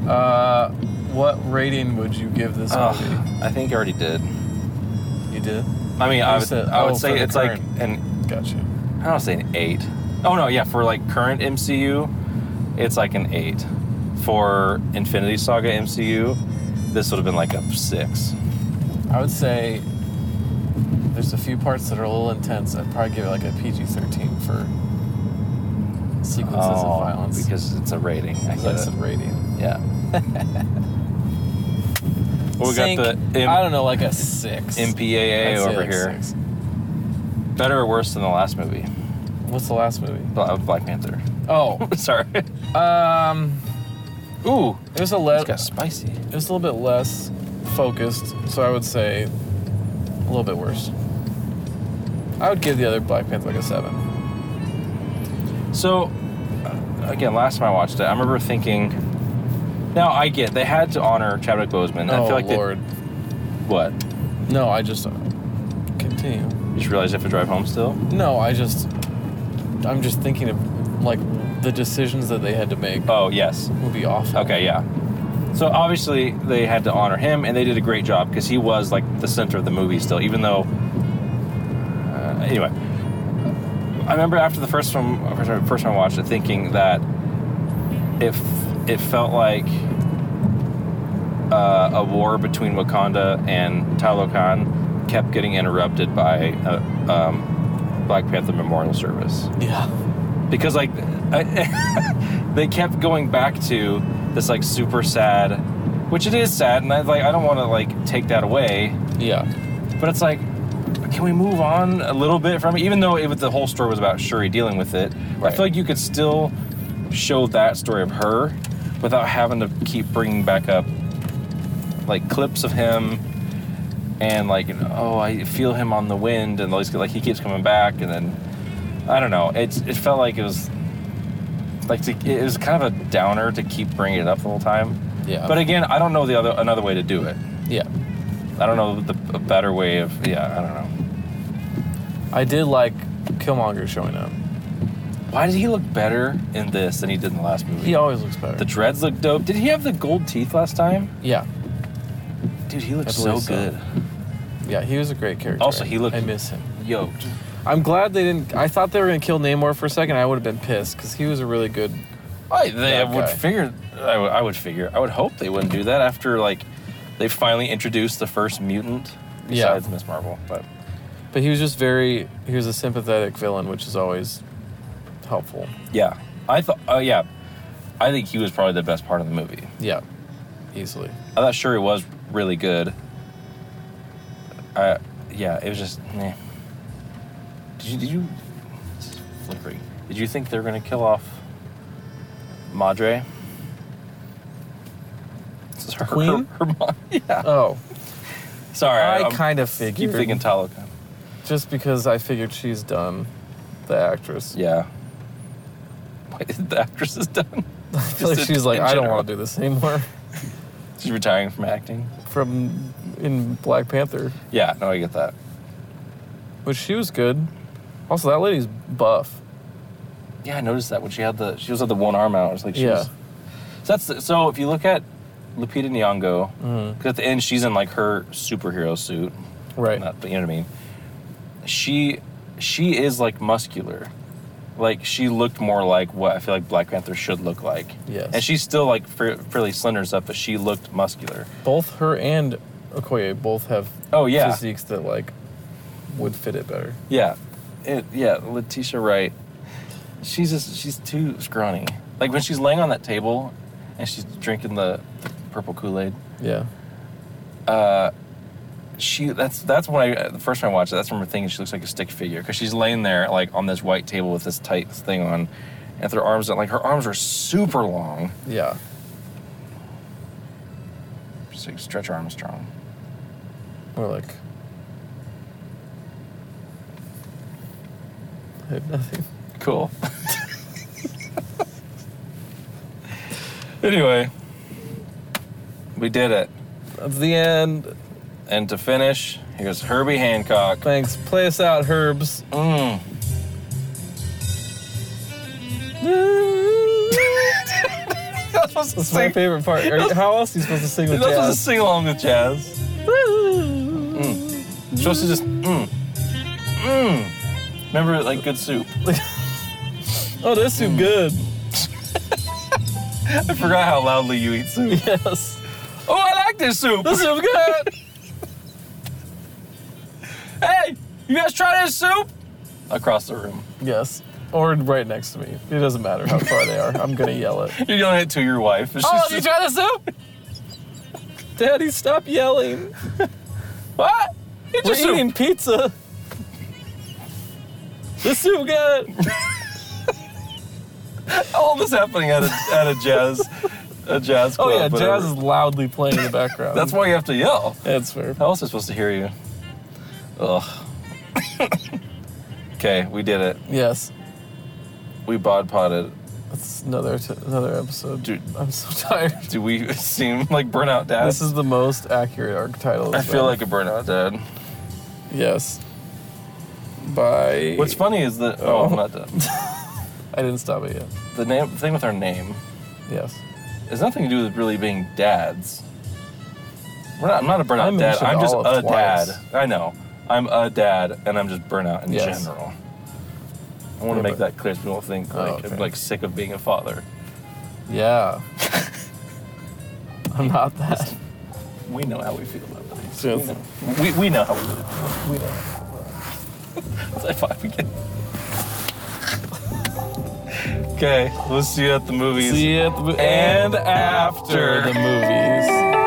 [SPEAKER 2] Uh, what rating would you give this
[SPEAKER 1] Ugh, I think I already did.
[SPEAKER 2] movie? You did?
[SPEAKER 1] I mean, I
[SPEAKER 2] You
[SPEAKER 1] would,
[SPEAKER 2] said-
[SPEAKER 1] I would
[SPEAKER 2] oh, for
[SPEAKER 1] say
[SPEAKER 2] the
[SPEAKER 1] it's
[SPEAKER 2] current.
[SPEAKER 1] like an
[SPEAKER 2] Gotcha.
[SPEAKER 1] I don't say an eight. Oh no, yeah, for like current MCU, it's like an eight. For Infinity Saga MCU, this would have been like a six.
[SPEAKER 2] I would say there's a few parts that are a little intense. I'd probably give it like a PG 13 for sequences
[SPEAKER 1] Oh,
[SPEAKER 2] of violence.
[SPEAKER 1] because it's a rating. I
[SPEAKER 2] Because
[SPEAKER 1] get
[SPEAKER 2] that's
[SPEAKER 1] it.
[SPEAKER 2] a rating.
[SPEAKER 1] Yeah. well, we
[SPEAKER 2] Sink,
[SPEAKER 1] got the M-
[SPEAKER 2] I don't know, like a six. I'd
[SPEAKER 1] MPAA
[SPEAKER 2] say
[SPEAKER 1] over
[SPEAKER 2] like
[SPEAKER 1] here.
[SPEAKER 2] six.
[SPEAKER 1] Better or worse than the last movie,
[SPEAKER 2] What's the last movie?
[SPEAKER 1] Bla- uh, Black Panther.
[SPEAKER 2] Oh,
[SPEAKER 1] Sorry.
[SPEAKER 2] um,
[SPEAKER 1] Ooh,
[SPEAKER 2] it was a
[SPEAKER 1] it's
[SPEAKER 2] le-
[SPEAKER 1] got spicy.
[SPEAKER 2] it was a little bit less focused, so I would say a little bit worse. I would give the other Black Panther like a seven.
[SPEAKER 1] So, uh, again, last time I watched it, I remember thinking. Now I get they had to honor Chadwick Boseman. I
[SPEAKER 2] oh
[SPEAKER 1] feel like
[SPEAKER 2] Lord,
[SPEAKER 1] They, what?
[SPEAKER 2] no, I just continue.
[SPEAKER 1] You just realized you have to drive home still.
[SPEAKER 2] No, I just I'm just thinking of like the decisions that they had to make
[SPEAKER 1] Oh yes.
[SPEAKER 2] would be awful.
[SPEAKER 1] Okay, yeah. So obviously they had to honor him, and they did a great job because he was like the center of the movie still. Even though, uh, anyway, I remember after the first one, first time- first time I watched it, thinking that if it felt like uh, a war between Wakanda and Talokan kept getting interrupted by a um, Black Panther memorial service
[SPEAKER 2] Yeah.
[SPEAKER 1] because like I, they kept going back to this like super sad which it is sad and i like i don't want to like take that away
[SPEAKER 2] Yeah.
[SPEAKER 1] but it's like can we move on a little bit from it even though it was the whole story was about shuri dealing with it i
[SPEAKER 2] Right.
[SPEAKER 1] feel like you could still show that story of her without having to keep bringing back up like clips of him and like oh i feel him on the wind and all these- like he keeps coming back and then i don't know it's it felt like it was like to, it was kind of a downer to keep bringing it up the whole time
[SPEAKER 2] Yeah.
[SPEAKER 1] but again i don't know the other another way to do it
[SPEAKER 2] yeah.
[SPEAKER 1] I don't know the a better way of yeah. I don't know.
[SPEAKER 2] I did like Killmonger showing up.
[SPEAKER 1] Why did he look better in this than he did in the last movie?
[SPEAKER 2] He always looks better.
[SPEAKER 1] the dreads look dope. Did he have the gold teeth last time?
[SPEAKER 2] yeah.
[SPEAKER 1] Dude, he looks
[SPEAKER 2] I
[SPEAKER 1] so
[SPEAKER 2] believe so.
[SPEAKER 1] good.
[SPEAKER 2] Yeah, he was a great character.
[SPEAKER 1] Also, he looked-
[SPEAKER 2] I miss him.
[SPEAKER 1] Yo,
[SPEAKER 2] I'm glad they didn't. I thought they were gonna kill Namor for a second. I would have been pissed because he was a really good.
[SPEAKER 1] I they I
[SPEAKER 2] That
[SPEAKER 1] would
[SPEAKER 2] guy.
[SPEAKER 1] figure. I would- I would figure. I would hope they wouldn't do that after like they finally introduced the first mutant
[SPEAKER 2] Yeah.
[SPEAKER 1] besides Miss Marvel. But
[SPEAKER 2] But he was just very, he was a sympathetic villain, which is always helpful.
[SPEAKER 1] yeah, I thought, uh, yeah, I think he was probably the best part of the movie.
[SPEAKER 2] Yeah, easily.
[SPEAKER 1] I thought Shuri was really good. Uh, yeah, it was just. Meh. Did you? Did you? It's flickering. Did you think they were gonna kill off Madre? This is her,
[SPEAKER 2] Queen?
[SPEAKER 1] Her, her mom. Yeah. um,
[SPEAKER 2] Oh,
[SPEAKER 1] Sorry,
[SPEAKER 2] I
[SPEAKER 1] I'm-
[SPEAKER 2] kind of
[SPEAKER 1] I keep
[SPEAKER 2] figured.
[SPEAKER 1] thinking Talokan.
[SPEAKER 2] just because I figured she's done, the actress.
[SPEAKER 1] Yeah. Wait, the actress is done.
[SPEAKER 2] I feel like she's like, I don't want to do this anymore.
[SPEAKER 1] this. She's retiring from acting.
[SPEAKER 2] From in Black Panther,
[SPEAKER 1] Yeah, no, I get that.
[SPEAKER 2] which she was good. Also, that lady's buff.
[SPEAKER 1] Yeah, I noticed that when she had the she was had the one arm out. It was like she
[SPEAKER 2] Yeah.
[SPEAKER 1] was. So that's so if you look at Lupita Nyong'o, because at the end she's in like her superhero suit,
[SPEAKER 2] Mm-hmm. Right.
[SPEAKER 1] not, but you know what I mean. She she is like muscular, like she looked more like what I feel like Black Panther should look like.
[SPEAKER 2] Yes.
[SPEAKER 1] and she's still like fa- fairly slender and stuff, but she looked muscular.
[SPEAKER 2] both her and Okoye both have
[SPEAKER 1] Oh, yeah.
[SPEAKER 2] physiques that like would fit it better.
[SPEAKER 1] Yeah, it, yeah. Letitia Wright, she's just she's too scrawny. Like when she's laying on that table, and she's drinking the purple Kool Aid.
[SPEAKER 2] Yeah.
[SPEAKER 1] Uh, she that's that's when I the first time I watched it. That's when I'm thinking she looks like a stick figure because she's laying there like on this white table with this tight thing on, and with her arms out. Like her arms are super long.
[SPEAKER 2] Yeah.
[SPEAKER 1] She's like Stretch Armstrong.
[SPEAKER 2] Or like I have nothing.
[SPEAKER 1] Cool. anyway, we did it.
[SPEAKER 2] That's the end.
[SPEAKER 1] And to finish, here's Herbie Hancock.
[SPEAKER 2] Thanks. Play us out, Herbs.
[SPEAKER 1] Mm. That's supposed to
[SPEAKER 2] That's my
[SPEAKER 1] sing.
[SPEAKER 2] favorite part. Are you- how else are you supposed to sing
[SPEAKER 1] You're
[SPEAKER 2] with
[SPEAKER 1] not supposed to
[SPEAKER 2] jazz?
[SPEAKER 1] sing along with jazz. You're supposed to just mm. Mm. Remember, like good soup.
[SPEAKER 2] Oh, this is good.
[SPEAKER 1] I forgot how loudly you eat soup.
[SPEAKER 2] Yes.
[SPEAKER 1] Oh, I like this soup.
[SPEAKER 2] This is good.
[SPEAKER 1] hey, you guys try this soup? Across the room.
[SPEAKER 2] yes. Or right next to me. It doesn't matter how far they are. I'm gonna yell it.
[SPEAKER 1] You're doing it to your wife. She's
[SPEAKER 2] Oh, you
[SPEAKER 1] just-
[SPEAKER 2] try the soup? Daddy, stop yelling.
[SPEAKER 1] what? Eat
[SPEAKER 2] We're
[SPEAKER 1] your soup.
[SPEAKER 2] eating pizza. The soup got
[SPEAKER 1] All this happening at a, at a jazz, a jazz club.
[SPEAKER 2] Oh yeah,
[SPEAKER 1] whatever.
[SPEAKER 2] jazz is loudly playing in the background.
[SPEAKER 1] That's why you have to yell.
[SPEAKER 2] That's fair.
[SPEAKER 1] How else am I supposed to hear you? Ugh. okay, we did it.
[SPEAKER 2] Yes.
[SPEAKER 1] We bod potted.
[SPEAKER 2] That's another t- another episode.
[SPEAKER 1] Dude.
[SPEAKER 2] I'm so tired.
[SPEAKER 1] Do we seem like burnout dad?
[SPEAKER 2] This is the most accurate arc title.
[SPEAKER 1] I
[SPEAKER 2] as
[SPEAKER 1] feel
[SPEAKER 2] well.
[SPEAKER 1] like a burnout dad.
[SPEAKER 2] yes. Bye.
[SPEAKER 1] What's funny is that oh, I'm not done.
[SPEAKER 2] I didn't stop it yet.
[SPEAKER 1] The name the thing with our name
[SPEAKER 2] Yes.
[SPEAKER 1] has nothing to do with really being dads. We're not. I'm not a burnout
[SPEAKER 2] I
[SPEAKER 1] dad.
[SPEAKER 2] mentioned
[SPEAKER 1] I'm just
[SPEAKER 2] Olive
[SPEAKER 1] a
[SPEAKER 2] twice.
[SPEAKER 1] dad. I know. I'm a dad, and I'm just burnout in
[SPEAKER 2] Yes.
[SPEAKER 1] general. I want to
[SPEAKER 2] Yeah,
[SPEAKER 1] make
[SPEAKER 2] but-
[SPEAKER 1] that clear so people don't think
[SPEAKER 2] Oh,
[SPEAKER 1] like
[SPEAKER 2] okay.
[SPEAKER 1] I'm like sick of being a father.
[SPEAKER 2] Yeah. I'm not that.
[SPEAKER 1] We know how we feel about things.
[SPEAKER 2] Yes.
[SPEAKER 1] We, know. we, we know how we feel. We know. Let's high five again. okay, we'll see you at the movies.
[SPEAKER 2] See you at the
[SPEAKER 1] And
[SPEAKER 2] after
[SPEAKER 1] after.
[SPEAKER 2] the movies.